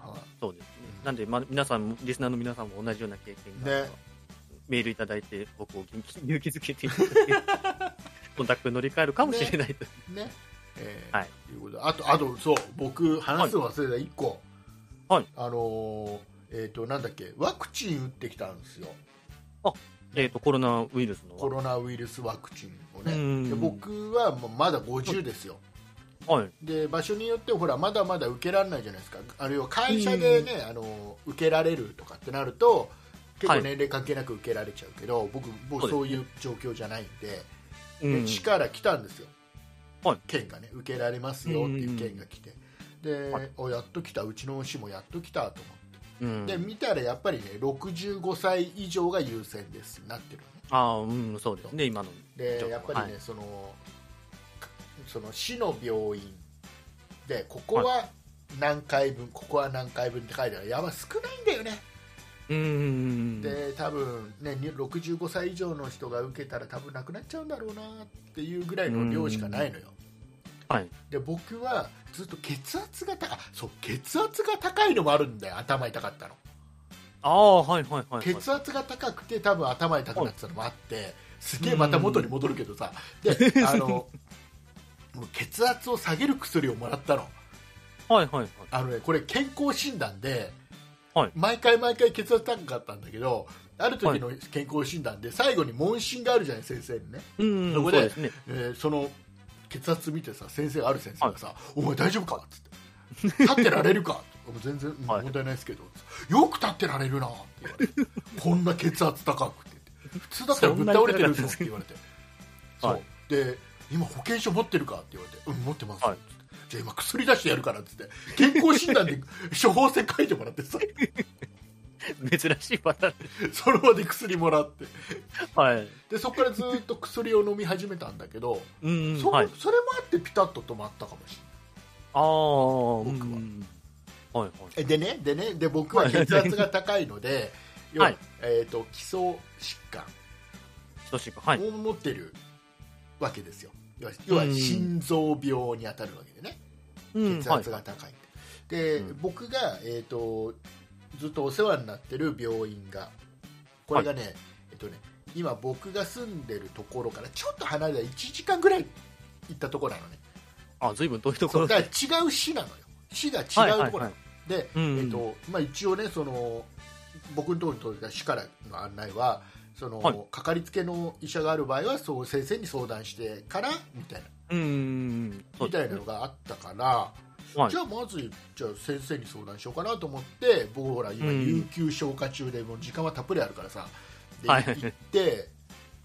[SPEAKER 2] は
[SPEAKER 3] そうですね
[SPEAKER 2] う。ん
[SPEAKER 3] なんで、まあ皆さんも、リスナーの皆さんも同じような経験があれば、
[SPEAKER 2] ね
[SPEAKER 3] メールいただいて、僕を元気勇気づけていただいて、 (laughs) コンタクトに乗り換えるかもしれないと。
[SPEAKER 2] いねえー
[SPEAKER 3] はい
[SPEAKER 2] ということであとあとそう僕話すの忘れた1個、
[SPEAKER 3] はい
[SPEAKER 2] あのーえっ、となんだっけワクチン打ってきたんですよ
[SPEAKER 3] えっと、コロナウイルスの。
[SPEAKER 2] コロナウイルスワクチンを
[SPEAKER 3] うん
[SPEAKER 2] ねで僕はもうまだ50ですよ
[SPEAKER 3] はい。
[SPEAKER 2] で場所によってほらまだまだ受けられないじゃないですかあるいは会社で、ねあの受けられるとかってなると結
[SPEAKER 3] は
[SPEAKER 2] 構
[SPEAKER 3] い
[SPEAKER 2] 年齢関係なく受けられちゃうけど、僕もうそういう状況じゃないんで
[SPEAKER 3] う
[SPEAKER 2] で
[SPEAKER 3] ん
[SPEAKER 2] 市から来たんですよ、
[SPEAKER 3] はい
[SPEAKER 2] 県がね受けられますよっていう県が来て、で、
[SPEAKER 3] はい
[SPEAKER 2] おやっと来たうちの市もやっと来たと思
[SPEAKER 3] うん
[SPEAKER 2] って、で見たらやっぱりね65歳以上が優先ですなってるのね
[SPEAKER 3] ああ、うん、そうですね、今の。ちょ
[SPEAKER 2] で
[SPEAKER 3] っと
[SPEAKER 2] やっぱりね、
[SPEAKER 3] は
[SPEAKER 2] そのかその市の病院でここは何回分、ここは何回分って書いてあるやばい少ないんだよね、
[SPEAKER 3] うん。
[SPEAKER 2] で多分ねに65歳以上の人が受けたら多分なくなっちゃうんだろうなっていうぐらいの量しかないのよ、
[SPEAKER 3] はい。
[SPEAKER 2] で僕はずっと血圧が高いそう血圧が高いのもあるんだよ頭痛かったの
[SPEAKER 3] ああ、はいはいはいはい。
[SPEAKER 2] 血圧が高くて多分頭痛くなってたのもあってすげえまた元に戻るけどさで
[SPEAKER 3] (laughs)
[SPEAKER 2] あのもう血圧を下げる薬をもらったの
[SPEAKER 3] はいはいはい。
[SPEAKER 2] あの、ね、これ健康診断で、
[SPEAKER 3] はい
[SPEAKER 2] 毎回毎回血圧高かったんだけどある時の健康診断で最後に問診があるじゃない先生にね、
[SPEAKER 3] うん、
[SPEAKER 2] そ
[SPEAKER 3] そ
[SPEAKER 2] こ
[SPEAKER 3] う
[SPEAKER 2] で
[SPEAKER 3] ですね。
[SPEAKER 2] えーその血圧見てさ先生ある先生がさ「お前大丈夫か?」っつって「立ってられるか?」もう全然うん
[SPEAKER 3] はい
[SPEAKER 2] 問題ないですけど、よく立ってられるな」って言われて「こんな血圧高くて」普通だったらぶっ倒れてるぞ」って言われて「そ
[SPEAKER 3] そんな
[SPEAKER 2] う
[SPEAKER 3] に
[SPEAKER 2] で今保険証持ってるか?」って言われて「うん持ってます」
[SPEAKER 3] はい
[SPEAKER 2] じゃあ今薬出してやるからっつって健康診断で処方箋書いてもらってさ (laughs)
[SPEAKER 3] 珍しいパターンで
[SPEAKER 2] その場で薬もらって
[SPEAKER 3] す。はい。
[SPEAKER 2] でそこからずっと薬を飲み始めたんだけど、
[SPEAKER 3] うん、
[SPEAKER 2] そ
[SPEAKER 3] はい。
[SPEAKER 2] それもあってピタッと止まったかもしれない。
[SPEAKER 3] ああ、僕
[SPEAKER 2] 僕は
[SPEAKER 3] は。はいはい。
[SPEAKER 2] えでねでねで僕は血圧が高いの
[SPEAKER 3] (laughs)
[SPEAKER 2] で、要はえー、と基礎疾患
[SPEAKER 3] 基礎疾患。はい。
[SPEAKER 2] を持ってるわけですよ、要は要は
[SPEAKER 3] うん
[SPEAKER 2] 心臓病に当たるわけでね
[SPEAKER 3] うん、
[SPEAKER 2] 血
[SPEAKER 3] はい
[SPEAKER 2] 圧。が高い、で、
[SPEAKER 3] うん
[SPEAKER 2] 僕が、えー、とずっとお世話になってる病院がこれがね,、えっとね今僕が住んでるところからちょっと離れた1時間ぐらい行ったところなの
[SPEAKER 3] (laughs)
[SPEAKER 2] ね
[SPEAKER 3] あ、随分遠いとこ
[SPEAKER 2] そう
[SPEAKER 3] ろ。
[SPEAKER 2] だから違う市なのよ市が違うところなの、
[SPEAKER 3] はいはいはい
[SPEAKER 2] で、
[SPEAKER 3] うん
[SPEAKER 2] えっとまあ、一応ねその僕のところに届いた市からの案内はその、
[SPEAKER 3] はい
[SPEAKER 2] かかりつけの医者がある場合はそう先生に相談してからみたいな、
[SPEAKER 3] うん。そう
[SPEAKER 2] みた
[SPEAKER 3] で
[SPEAKER 2] いな
[SPEAKER 3] す
[SPEAKER 2] の
[SPEAKER 3] ね
[SPEAKER 2] があったから、
[SPEAKER 3] はい
[SPEAKER 2] じゃあまずじゃあ先生に相談しようかなと思って僕ほら今
[SPEAKER 3] うん
[SPEAKER 2] 有給消化中でもう時間はたっぷりあるからさで、
[SPEAKER 3] はい
[SPEAKER 2] 行って、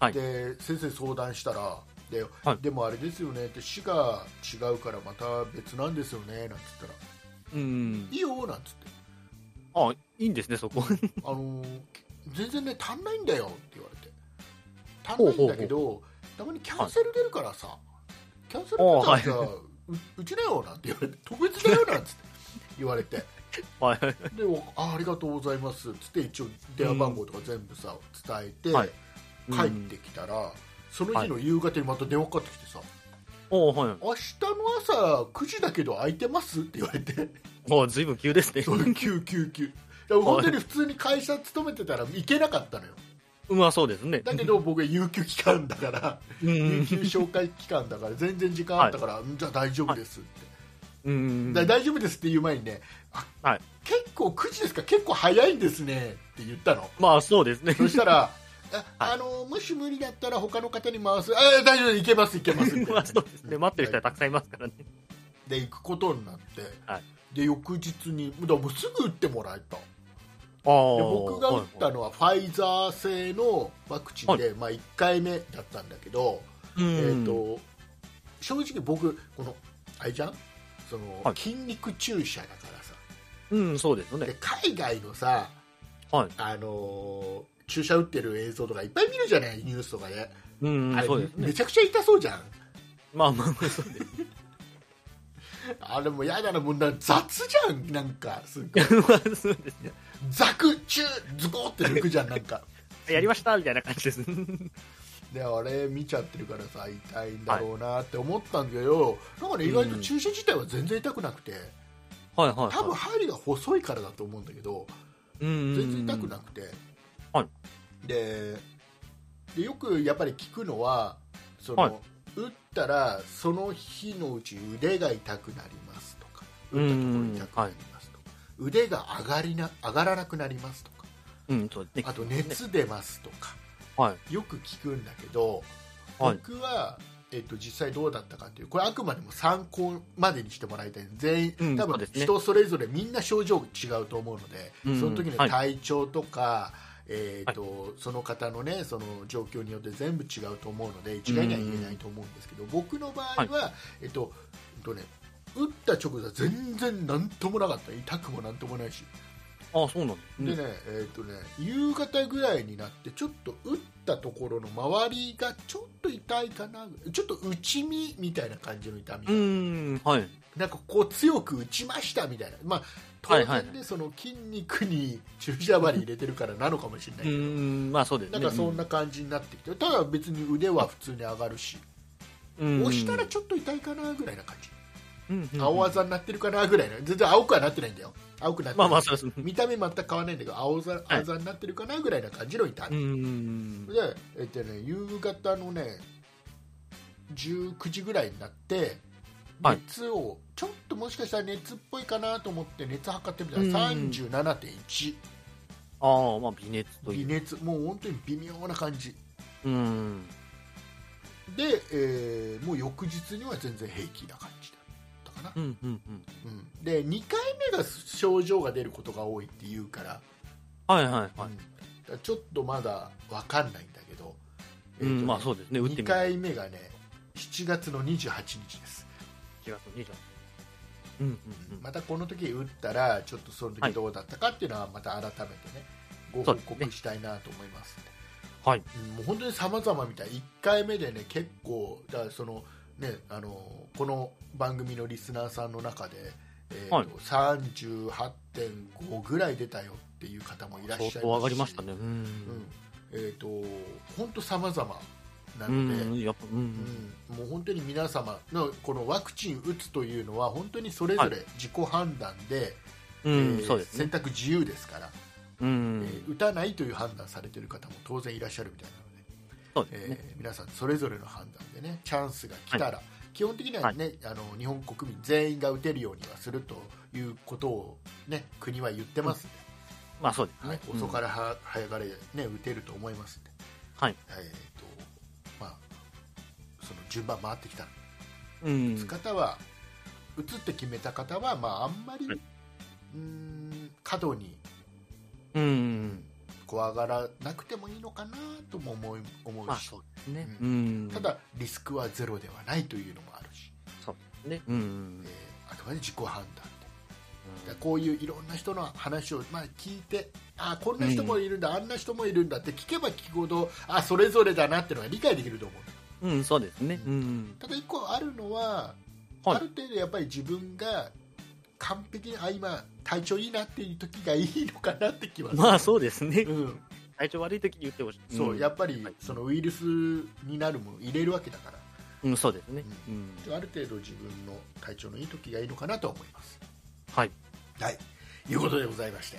[SPEAKER 3] はい
[SPEAKER 2] で先生に相談したらで,、
[SPEAKER 3] はい
[SPEAKER 2] でもあれですよねって市が違うからまた別なんですよねなんつったら
[SPEAKER 3] うん。
[SPEAKER 2] いいよなんつって。
[SPEAKER 3] あ、いいんですね、そこ。 (laughs)
[SPEAKER 2] あのー全然ね足んないんだよって言われて足んないんだけどたまにキャンセル出るからさ、キャンセル出たらさ、ううちだよなんて言われて特別だよなんつって言われて
[SPEAKER 3] はい。
[SPEAKER 2] でおあありがとうございますっつって一応電話番号とか全部さ伝えて、
[SPEAKER 3] はい
[SPEAKER 2] 帰ってきたら、その日の夕方にまた電話かかってきてさ、
[SPEAKER 3] おーはい。
[SPEAKER 2] 明日の朝9時だけど空いてますって言われて
[SPEAKER 3] おー随分急ですね。
[SPEAKER 2] そう急急急だから本当に普通に会社勤めてたら行けなかったのよ
[SPEAKER 3] うまそうですね。
[SPEAKER 2] だけど僕は有給期間だから、
[SPEAKER 3] う
[SPEAKER 2] 有
[SPEAKER 3] ん。
[SPEAKER 2] 給消化期間だから全然時間あったから、うんじゃあ大丈夫ですって、
[SPEAKER 3] うん。
[SPEAKER 2] だ大丈夫ですって言う前にね、あ
[SPEAKER 3] はい
[SPEAKER 2] 結構9時ですか結構早いんですねって言ったの
[SPEAKER 3] まあ、そうですね。 (laughs)
[SPEAKER 2] そしたらあ、あのもし無理だったら他の方に回すあ大丈夫いけますいけますみたい
[SPEAKER 3] ま
[SPEAKER 2] な
[SPEAKER 3] あ (laughs) そうですね、待ってる人はたくさんいますからね。
[SPEAKER 2] で行くことになって、
[SPEAKER 3] はい
[SPEAKER 2] で翌日にだからもうすぐ打ってもらえた
[SPEAKER 3] ああ
[SPEAKER 2] で僕が打ったのはファイザー製のワクチンで、まあ、1回目だったんだけど、えー、と正直僕このあれじゃんその、
[SPEAKER 3] はい
[SPEAKER 2] 筋肉注射だからさ
[SPEAKER 3] うん、そうですよね
[SPEAKER 2] で。海外のさ、
[SPEAKER 3] はい
[SPEAKER 2] あのー注射打ってる映像とかいっぱい見るじゃないニュースとかで、
[SPEAKER 3] うん、
[SPEAKER 2] あれ
[SPEAKER 3] そうですね
[SPEAKER 2] め。ちゃくちゃ痛そうじゃん
[SPEAKER 3] まあまあまあ、そうです。
[SPEAKER 2] あれもう嫌だなもうな雑じゃんなんかすっごい
[SPEAKER 3] まあそうです
[SPEAKER 2] (laughs)
[SPEAKER 3] ね。
[SPEAKER 2] ザクチューズボーって抜くじゃんなんか (laughs)
[SPEAKER 3] やりましたみたいな感じです。
[SPEAKER 2] であれ見ちゃってるからさ痛いんだろうなって思ったんだけど、なんかね意外と注射自体は全然痛くなくて、
[SPEAKER 3] はいはい、はい。
[SPEAKER 2] 多分針が細いからだと思うんだけど
[SPEAKER 3] うん、
[SPEAKER 2] 全然痛くなくて、
[SPEAKER 3] は
[SPEAKER 2] ででよくやっぱり聞くのはその、
[SPEAKER 3] はい
[SPEAKER 2] 打ったらその日のうち腕が痛くなりますとか打ったところ痛くなりますとか、腕が上がりな上がらなくなりますとか
[SPEAKER 3] うん、そうですね。
[SPEAKER 2] あと熱出ますとか。
[SPEAKER 3] はい。
[SPEAKER 2] よく聞くんだけど、
[SPEAKER 3] はい
[SPEAKER 2] 僕は、えっと実際どうだったかっていうこれあくまでも参考までにしてもらいたい全員、
[SPEAKER 3] うん
[SPEAKER 2] 多
[SPEAKER 3] そう
[SPEAKER 2] 分
[SPEAKER 3] ですね
[SPEAKER 2] 人それぞれみんな症状違うと思うので、
[SPEAKER 3] うん
[SPEAKER 2] その時の
[SPEAKER 3] はい
[SPEAKER 2] 体調とか、えっとその方の,、ね、その状況によって全部違うと思うので一概には言えないと思うんですけど、僕の場合は、えっとえっとね、打った直後は全然なんともなかった痛くもなんともないし
[SPEAKER 3] ああ、そうなんで
[SPEAKER 2] でね、
[SPEAKER 3] す、
[SPEAKER 2] えっ、とね、夕方ぐらいになって、ちょっと打ったところの周りがちょっと痛いかな、ちょっと内身みたいな感じの痛みが、
[SPEAKER 3] うん、はい。
[SPEAKER 2] なんかこう強く打ちましたみたいな、まあ、当
[SPEAKER 3] はい
[SPEAKER 2] 然
[SPEAKER 3] はいは
[SPEAKER 2] でその筋肉に注射針入れてるからなのかもしれないけ
[SPEAKER 3] う
[SPEAKER 2] ど、
[SPEAKER 3] ん、まあそうです
[SPEAKER 2] な
[SPEAKER 3] ね。
[SPEAKER 2] んかそんな感じになってきて、ただ別に腕は普通に上がるし、
[SPEAKER 3] うん、
[SPEAKER 2] 押したらちょっと痛いかなぐらいな感じ、
[SPEAKER 3] うん、うん
[SPEAKER 2] 青あざになってるかなぐらいな、全然青くはなってないんだよ、青くなって
[SPEAKER 3] ま
[SPEAKER 2] な
[SPEAKER 3] あ
[SPEAKER 2] い
[SPEAKER 3] まあ、そうですね。
[SPEAKER 2] 見た目全く変わらないんだけど青ざあざになってるかなぐらいな感じの痛
[SPEAKER 3] う
[SPEAKER 2] み、
[SPEAKER 3] ん。
[SPEAKER 2] で、えっとね、夕方のね19時ぐらいになって
[SPEAKER 3] はい
[SPEAKER 2] 熱を、ちょっともしかしたら熱っぽいかなと思って熱測ってみた
[SPEAKER 3] うん
[SPEAKER 2] ら37.1
[SPEAKER 3] ああ、まあ、微熱とい
[SPEAKER 2] 微
[SPEAKER 3] う。
[SPEAKER 2] 熱もう本当に微妙な感じ
[SPEAKER 3] うん。
[SPEAKER 2] で、えーもう翌日には全然平気な感じだったかな、
[SPEAKER 3] うん、うん、うん。
[SPEAKER 2] うんで2回目が症状が出ることが多いって言うから
[SPEAKER 3] はいはいは
[SPEAKER 2] う
[SPEAKER 3] い
[SPEAKER 2] ん。だからちょっとまだ分かんないんだけど、え
[SPEAKER 3] う
[SPEAKER 2] ーと
[SPEAKER 3] ん、
[SPEAKER 2] ね
[SPEAKER 3] まあそうですね。打って
[SPEAKER 2] 2
[SPEAKER 3] みる。
[SPEAKER 2] 回目がね7月の28日です、
[SPEAKER 3] 違う、いいじゃん。うん、うん、うん。
[SPEAKER 2] またこの時打ったらちょっとその
[SPEAKER 3] は
[SPEAKER 2] 時
[SPEAKER 3] い
[SPEAKER 2] どうだったかっていうのはまた改めてねご報告したいなと思います
[SPEAKER 3] はい。
[SPEAKER 2] うんもう本当に様々みたい1回目でね結構だからそのねあのこの番組のリスナーさんの中で、えーと
[SPEAKER 3] はい
[SPEAKER 2] 38.5ぐらい出たよっていう方もいらっしゃいま
[SPEAKER 3] 相
[SPEAKER 2] す
[SPEAKER 3] 当上がりましたね。う
[SPEAKER 2] うん
[SPEAKER 3] ん。
[SPEAKER 2] えっ、と本当様々な
[SPEAKER 3] う
[SPEAKER 2] ので、
[SPEAKER 3] ん、やっぱ、うん。
[SPEAKER 2] うんもう本当に皆様のこのワクチン打つというのは本当にそれぞれ自己判断で、え
[SPEAKER 3] うん、
[SPEAKER 2] ー
[SPEAKER 3] そうですね
[SPEAKER 2] 選。択自由ですから、
[SPEAKER 3] う
[SPEAKER 2] え
[SPEAKER 3] ん
[SPEAKER 2] ー。打たないという判断されている方も当然いらっしゃるみたい
[SPEAKER 3] そう
[SPEAKER 2] な
[SPEAKER 3] で
[SPEAKER 2] の
[SPEAKER 3] す
[SPEAKER 2] で、
[SPEAKER 3] ね。
[SPEAKER 2] えー皆さんそれぞれの判断でねチャンスが来たら、基本的には、ねあの日本国民全員が打てるようにはするということを、ね、国は言ってますんで、
[SPEAKER 3] まあそうです
[SPEAKER 2] はい
[SPEAKER 3] ね。
[SPEAKER 2] 遅からは早かれ、ね、打てると思いますんで、
[SPEAKER 3] はい
[SPEAKER 2] えーとまあ、その順番回ってきたら
[SPEAKER 3] うん。
[SPEAKER 2] 打つ方は、打つって決めた方は、まあ、あんまり、
[SPEAKER 3] はいう
[SPEAKER 2] ーん過度に
[SPEAKER 3] うん。
[SPEAKER 2] 怖がらなくてもいいのかなとも思い思うし、
[SPEAKER 3] まあそうですね。
[SPEAKER 2] う
[SPEAKER 3] うん。
[SPEAKER 2] た、だ、リスクはゼロではないというのもあるし、
[SPEAKER 3] そうですね。うん
[SPEAKER 2] え。ーあくまで自己判断で。だからこういういろんな人の話を、まあ、聞いてあこんな人もいるんだ、あんな人もいるんだって聞けば聞くほどあそれぞれだなっていうのが理解できると思う
[SPEAKER 3] うん、そうですね。うん。
[SPEAKER 2] ただ一個あるのは、
[SPEAKER 3] はい
[SPEAKER 2] ある程度やっぱり自分が完璧にあ今体調いいなっていう時がいいのかなって気はする、
[SPEAKER 3] まあそうですね
[SPEAKER 2] う。ん、
[SPEAKER 3] 体調悪い時に言ってほしい。
[SPEAKER 2] そう、
[SPEAKER 3] ん
[SPEAKER 2] やっぱり、
[SPEAKER 3] はい
[SPEAKER 2] そのウイルスになるもの入れるわけだから
[SPEAKER 3] うん、そうですね。うん。
[SPEAKER 2] ある程度自分の体調のいい時がいいのかなとは思います
[SPEAKER 3] はい。
[SPEAKER 2] はいいうことでございまして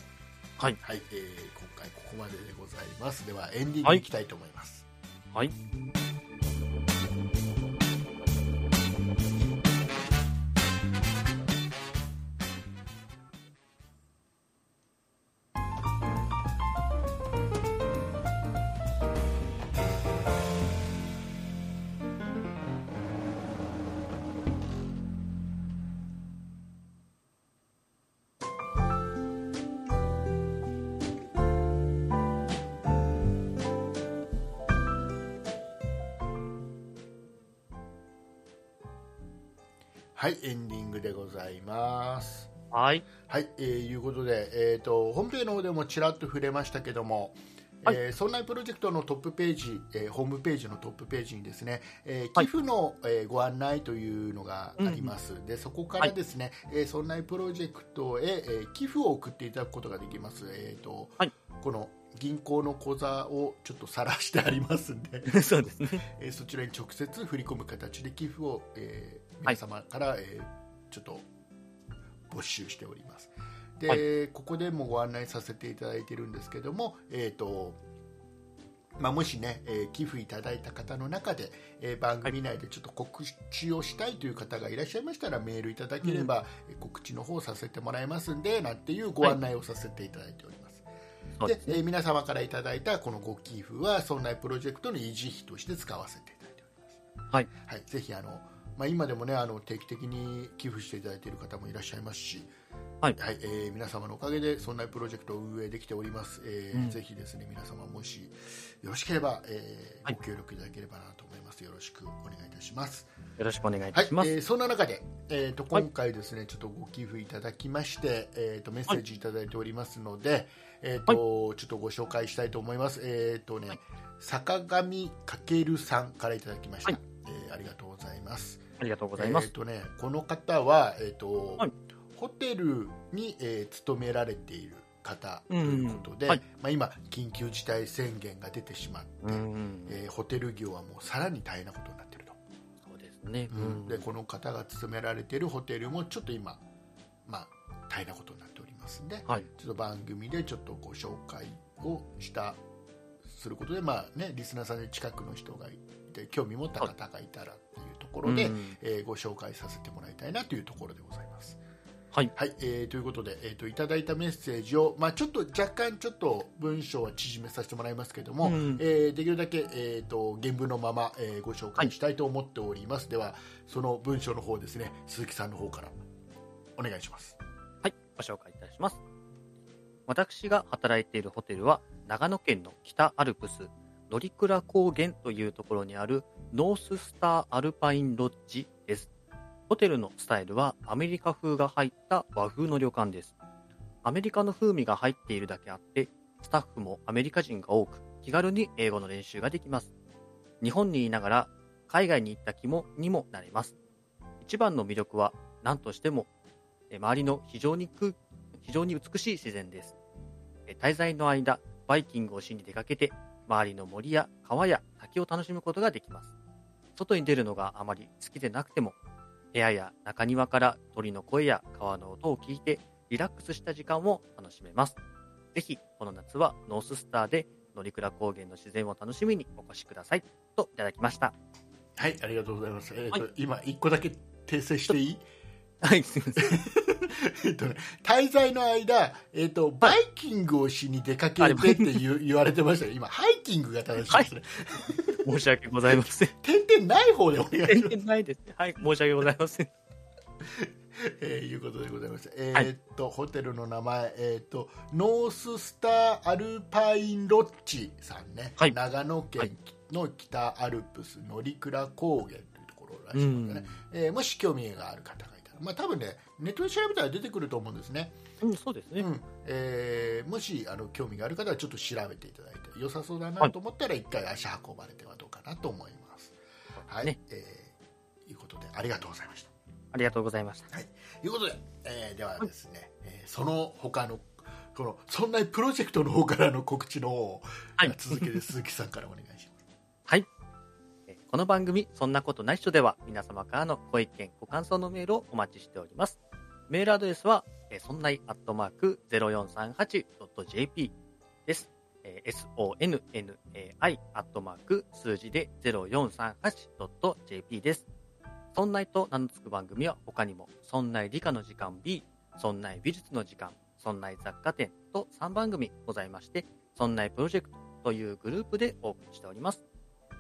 [SPEAKER 3] はい。
[SPEAKER 2] はい、えー今回ここまででございますではエンディングいきたいと思います、
[SPEAKER 3] はい。
[SPEAKER 2] ははいエンディングでございます
[SPEAKER 3] はい。
[SPEAKER 2] はい、えー、いうことで、えー、とホームページの方でもちらっと触れましたけども、
[SPEAKER 3] はい
[SPEAKER 2] えー、そんなプロジェクトのトップページ、えーホームページのトップページにですね、えー
[SPEAKER 3] はい
[SPEAKER 2] 寄付の、えーご案内というのがあります、でそこからですね、えーそんなプロジェクトへ、えー寄付を送っていただくことができます、えーと
[SPEAKER 3] はい
[SPEAKER 2] この銀行の口座をちょっと晒してありますんで、
[SPEAKER 3] (laughs) そうですね。
[SPEAKER 2] えーそちらに直接振り込む形で寄付を、えー皆様から、えーちょっと募集しておりますで、
[SPEAKER 3] は
[SPEAKER 2] ここでもご案内させていただいてるんですけども、えーとまあ、もしね、えー寄付いただいた方の中で、えー番組内でちょっと告知をしたいという方がいらっしゃいましたら、メールいただければ、えー告知の方させてもらいますんでなんていうご案内をさせていただいております、
[SPEAKER 3] そう
[SPEAKER 2] で
[SPEAKER 3] です
[SPEAKER 2] え
[SPEAKER 3] ね。
[SPEAKER 2] ー皆様からいただいたこのご寄付は村内プロジェクトの維持費として使わせていただいております。
[SPEAKER 3] はい、
[SPEAKER 2] はい、ぜひあの、まあ、今でもねあの定期的に寄付していただいている方もいらっしゃいますし、
[SPEAKER 3] はい
[SPEAKER 2] えー皆様のおかげで村内プロジェクトを運営できております。えー
[SPEAKER 3] うん
[SPEAKER 2] ぜひですね皆様もしよろしければ、えー
[SPEAKER 3] はい
[SPEAKER 2] ご協力いただければなと思います。よろしくお願いいたします。
[SPEAKER 3] よろしくお願いい
[SPEAKER 2] は
[SPEAKER 3] た
[SPEAKER 2] い
[SPEAKER 3] しま、
[SPEAKER 2] えー
[SPEAKER 3] す。
[SPEAKER 2] そんな中で、えー、と
[SPEAKER 3] はい
[SPEAKER 2] 今回ですね、ちょっとご寄付いただきまして、えー、とメッセージいただいておりますので、えーとちょっとご紹介したいと思います。えっ、とね、
[SPEAKER 3] はい
[SPEAKER 2] 坂上かけるさんからいただきました。
[SPEAKER 3] はい
[SPEAKER 2] えーありがとうございます。
[SPEAKER 3] ありがとうございま
[SPEAKER 2] えっ、
[SPEAKER 3] す。
[SPEAKER 2] とね、この方はえっ、と、
[SPEAKER 3] はい
[SPEAKER 2] ホテルに、えー勤められている方と
[SPEAKER 3] うん
[SPEAKER 2] いうことで、
[SPEAKER 3] はい
[SPEAKER 2] まあ今緊急事態宣言が出てしまって、
[SPEAKER 3] うん。
[SPEAKER 2] えーホテル業はもうさらに大変なことになっていると。
[SPEAKER 3] そうですね。うん
[SPEAKER 2] でこの方が勤められているホテルもちょっと今、まあ、大変なことになっておりますんで
[SPEAKER 3] はい。
[SPEAKER 2] ちょっと番組でちょっとご紹介をしたすることで、まあね、リスナーさんで近くの人がいて興味持った方がいたらっていうところで、
[SPEAKER 3] うん
[SPEAKER 2] えーご紹介させてもらいたいなというところでございます。
[SPEAKER 3] はい。
[SPEAKER 2] はい、えーということで、えー、といただいたメッセージを、まあ、ちょっと若干ちょっと文章は縮めさせてもらいますけども、
[SPEAKER 3] うん
[SPEAKER 2] えーできるだけ、えー、と原文のまま、えーご紹介したいと思っております、ではその文章の方ですね鈴木さんの方からお願いします
[SPEAKER 3] はい、ご紹介いたします。私が働いているホテルは、長野県の北アルプス、乗倉高原というところにあるノーススターアルパインロッジです。ホテルのスタイルはアメリカ風が入った和風の旅館です。アメリカの風味が入っているだけあって、スタッフもアメリカ人が多く、気軽に英語の練習ができます。日本にいながら、海外に行った気もにもなれます。一番の魅力は、何としてもえー周りの非常にく非常に美しい自然です。えー滞在の間、バイキングをしに出かけて、周りの森や川や滝を楽しむことができます。外に出るのがあまり好きでなくても、部屋や中庭から鳥の声や川の音を聞いて、リラックスした時間を楽しめます。ぜひ、この夏はノーススターで、乗倉高原の自然を楽しみにお越しください。といただきました。
[SPEAKER 2] はいありがとうございます、えーと
[SPEAKER 3] は
[SPEAKER 2] 今一個だけ訂正していい
[SPEAKER 3] はい、すいません。
[SPEAKER 2] (laughs) えーとね滞在の間、えー、とバイキングをしに出かけてって言う言われてましたよ今ハイキングが正しいですね、
[SPEAKER 3] 申し訳ございません。
[SPEAKER 2] 点々ない方でお願いし
[SPEAKER 3] (laughs) 全
[SPEAKER 2] ます
[SPEAKER 3] 然ないですね。はい、申し訳ございません。
[SPEAKER 2] えーいうことでございました。え
[SPEAKER 3] はい
[SPEAKER 2] ーっと、ホテルの名前、えーっと、ノーススターアルパインロッジさんね、
[SPEAKER 3] はい
[SPEAKER 2] 長野
[SPEAKER 3] は
[SPEAKER 2] 県
[SPEAKER 3] い
[SPEAKER 2] の北アルプス乗倉高原というところらしいのでね、えーもし興味がある方がいたら、まあ多分ね、ネットで調べたら出てくると思うんですね。
[SPEAKER 3] うん、そうですね。
[SPEAKER 2] うんえーもしあの興味がある方はちょっと調べていただいて良さそうだ
[SPEAKER 3] は
[SPEAKER 2] ないと思ったら一回足運ばれてはどうかなと思います。はい、
[SPEAKER 3] ね
[SPEAKER 2] えーいうことでありがとうございました。
[SPEAKER 3] ありがとうございました。
[SPEAKER 2] ということで、えーではですね、えーその他のこのそんなプロジェクトの方からの告知の方を、
[SPEAKER 3] はい
[SPEAKER 2] 続けて鈴木さんからお願いします。
[SPEAKER 3] はい。えーこの番組、そんなことないっしょでは、皆様からのご意見、ご感想のメールをお待ちしております。メールアドレスは、えーそんないアットマーク 0438.jp です。えー sonnai アットマーク数字で 0438.jp です。そんないと名の付く番組は他にも、そんない理科の時間 B、そんない美術の時間、そんない雑貨店と3番組ございまして、そんないプロジェクトというグループでお送りしております。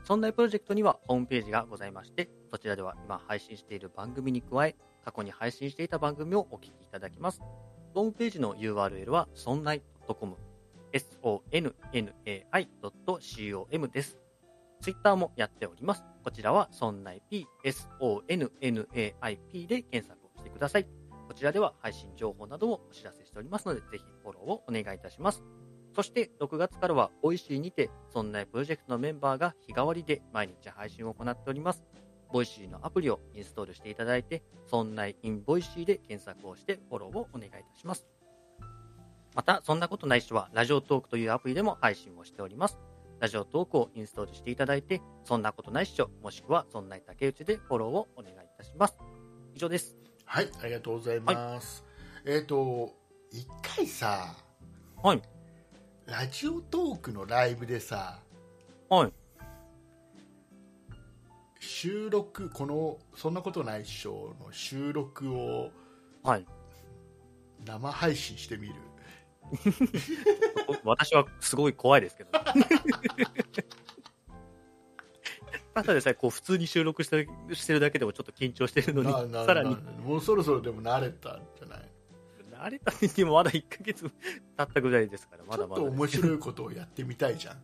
[SPEAKER 3] そんなプロジェクトにはホームページがございまして、そちらでは今配信している番組に加え、過去に配信していた番組をお聞きいただきます。ホームページの URL は、そんない .com、sonnai.com です。ツイッターもやっております。こちらは、そんない P、SONNAIP で検索をしてください。こちらでは配信情報などもお知らせしておりますので、ぜひフォローをお願いいたします。そして、6月からは、ボイシーにて、そんないプロジェクトのメンバーが日替わりで毎日配信を行っております。ボイシーのアプリをインストールしていただいて、そんない in ボイシーで検索をしてフォローをお願いいたします。また、そんなことないしは、ラジオトークというアプリでも配信をしております。ラジオトークをインストールしていただいて、そんなことないっしょ、もしくはそんない竹内でフォローをお願いいたします。以上です。
[SPEAKER 2] はいありがとうございます、えっ、と一回さ
[SPEAKER 3] はい。
[SPEAKER 2] ラジオトークのライブでさ
[SPEAKER 3] はい。
[SPEAKER 2] 収録この「そんなことないっしょ」の収録を
[SPEAKER 3] はい。
[SPEAKER 2] 生配信してみる
[SPEAKER 3] 私はすごい怖いですけど、ね、
[SPEAKER 2] (laughs)
[SPEAKER 3] ただでさえ、こう、普通に収録してるしてるだけでもちょっと緊張してるのに、
[SPEAKER 2] なな
[SPEAKER 3] さらに
[SPEAKER 2] な、もうそろそろでも慣れたんじゃない
[SPEAKER 3] 慣れたにしてもまだ1ヶ月経ったぐらいですから、ま
[SPEAKER 2] ちょ
[SPEAKER 3] だ
[SPEAKER 2] っ
[SPEAKER 3] ま
[SPEAKER 2] と
[SPEAKER 3] だです。
[SPEAKER 2] 面白いことをやってみたいじゃん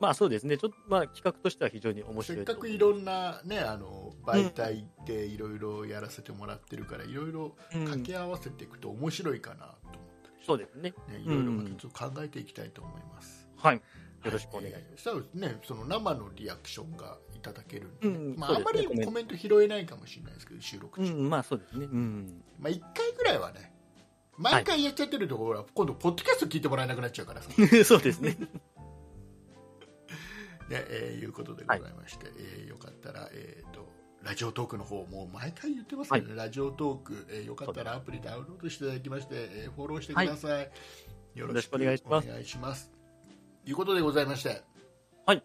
[SPEAKER 3] まあそうですね、ちょっと、まあ企画としては非常に面
[SPEAKER 2] せ
[SPEAKER 3] 白
[SPEAKER 2] っ
[SPEAKER 3] い
[SPEAKER 2] か
[SPEAKER 3] と
[SPEAKER 2] くいろんな、ね、あの媒体でいろいろやらせてもらってるからいろいろ
[SPEAKER 3] うん
[SPEAKER 2] 掛け合わせていくと面白いかなと思ったりして
[SPEAKER 3] そうですね。
[SPEAKER 2] ね、いろいろま
[SPEAKER 3] う
[SPEAKER 2] た
[SPEAKER 3] ん
[SPEAKER 2] ちょっと考えていきたいと思います。
[SPEAKER 3] はい。よろしくお願いし
[SPEAKER 2] はえーそ
[SPEAKER 3] ます。
[SPEAKER 2] うですね、その生のリアクションがいただけるんで、
[SPEAKER 3] うん
[SPEAKER 2] まあ、
[SPEAKER 3] そ
[SPEAKER 2] あ
[SPEAKER 3] う
[SPEAKER 2] ま
[SPEAKER 3] ですね
[SPEAKER 2] りコメント拾えないかもしれないですけど、収録
[SPEAKER 3] う
[SPEAKER 2] 中、
[SPEAKER 3] ん、まあそうですね。うん。
[SPEAKER 2] まあ、1回ぐらいはね、毎回やっちゃってると、ほら今度、ポッドキャスト聞いてもらえなくなっちゃうからさ、ね
[SPEAKER 3] そうですね。
[SPEAKER 2] えーいうことでございまして、えーよかったら、えーと、ラジオトークの方、もう毎回言ってますけどね、ラジオトーク、えーよかったらアプリダウンロードしていただきまして、えーフォローしてください。よ
[SPEAKER 3] ろしくお願いします
[SPEAKER 2] お願いしますということでございまして。
[SPEAKER 3] はい。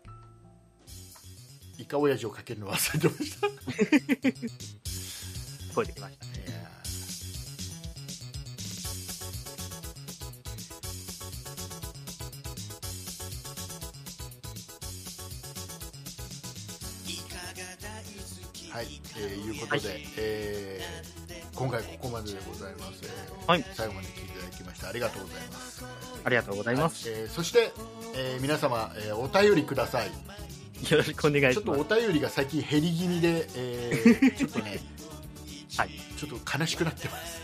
[SPEAKER 2] イカ親父をかけるの忘れてましたい
[SPEAKER 3] 聞こえてきました。
[SPEAKER 2] やーはい、えーいうことで、
[SPEAKER 3] は
[SPEAKER 2] えー今回ここまででございます、えー
[SPEAKER 3] はい
[SPEAKER 2] 最後まで聞いていただきましてありがとうございます、
[SPEAKER 3] ありがとうございます。
[SPEAKER 2] えーそして、えー皆様、えーお便りください
[SPEAKER 3] よろしくお願い
[SPEAKER 2] ちょ
[SPEAKER 3] し
[SPEAKER 2] っと
[SPEAKER 3] ま
[SPEAKER 2] お
[SPEAKER 3] す。
[SPEAKER 2] 便りが最近減り気味で、えーちょっとね
[SPEAKER 3] はい。
[SPEAKER 2] ちょっと悲しくなってます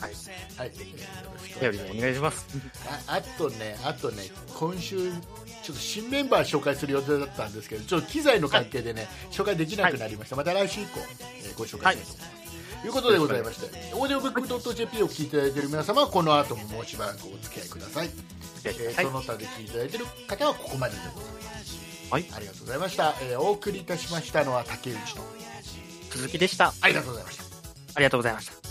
[SPEAKER 3] はい。
[SPEAKER 2] はい、えーよろしくお
[SPEAKER 3] 頼
[SPEAKER 2] 願い
[SPEAKER 3] り
[SPEAKER 2] します
[SPEAKER 3] にお願いします。
[SPEAKER 2] ああとねあとね今週ちょっと新メンバー紹介する予定だったんですけどちょっと機材の関係でね、紹介できなくなりました、また来週以降、えーご紹介したいと思います、ということでございまして、オーディオブックドット JP を聞いていただいている皆様はこの後ももうしばらくお付き合いください、えー
[SPEAKER 3] はい
[SPEAKER 2] そ。の他で聞いていただいている方はここまででございます
[SPEAKER 3] はい。
[SPEAKER 2] ありがとうございました、えーお送りいたしましたのは竹内と
[SPEAKER 3] 続きでした。
[SPEAKER 2] ありがとうございました
[SPEAKER 3] ありがとうございました。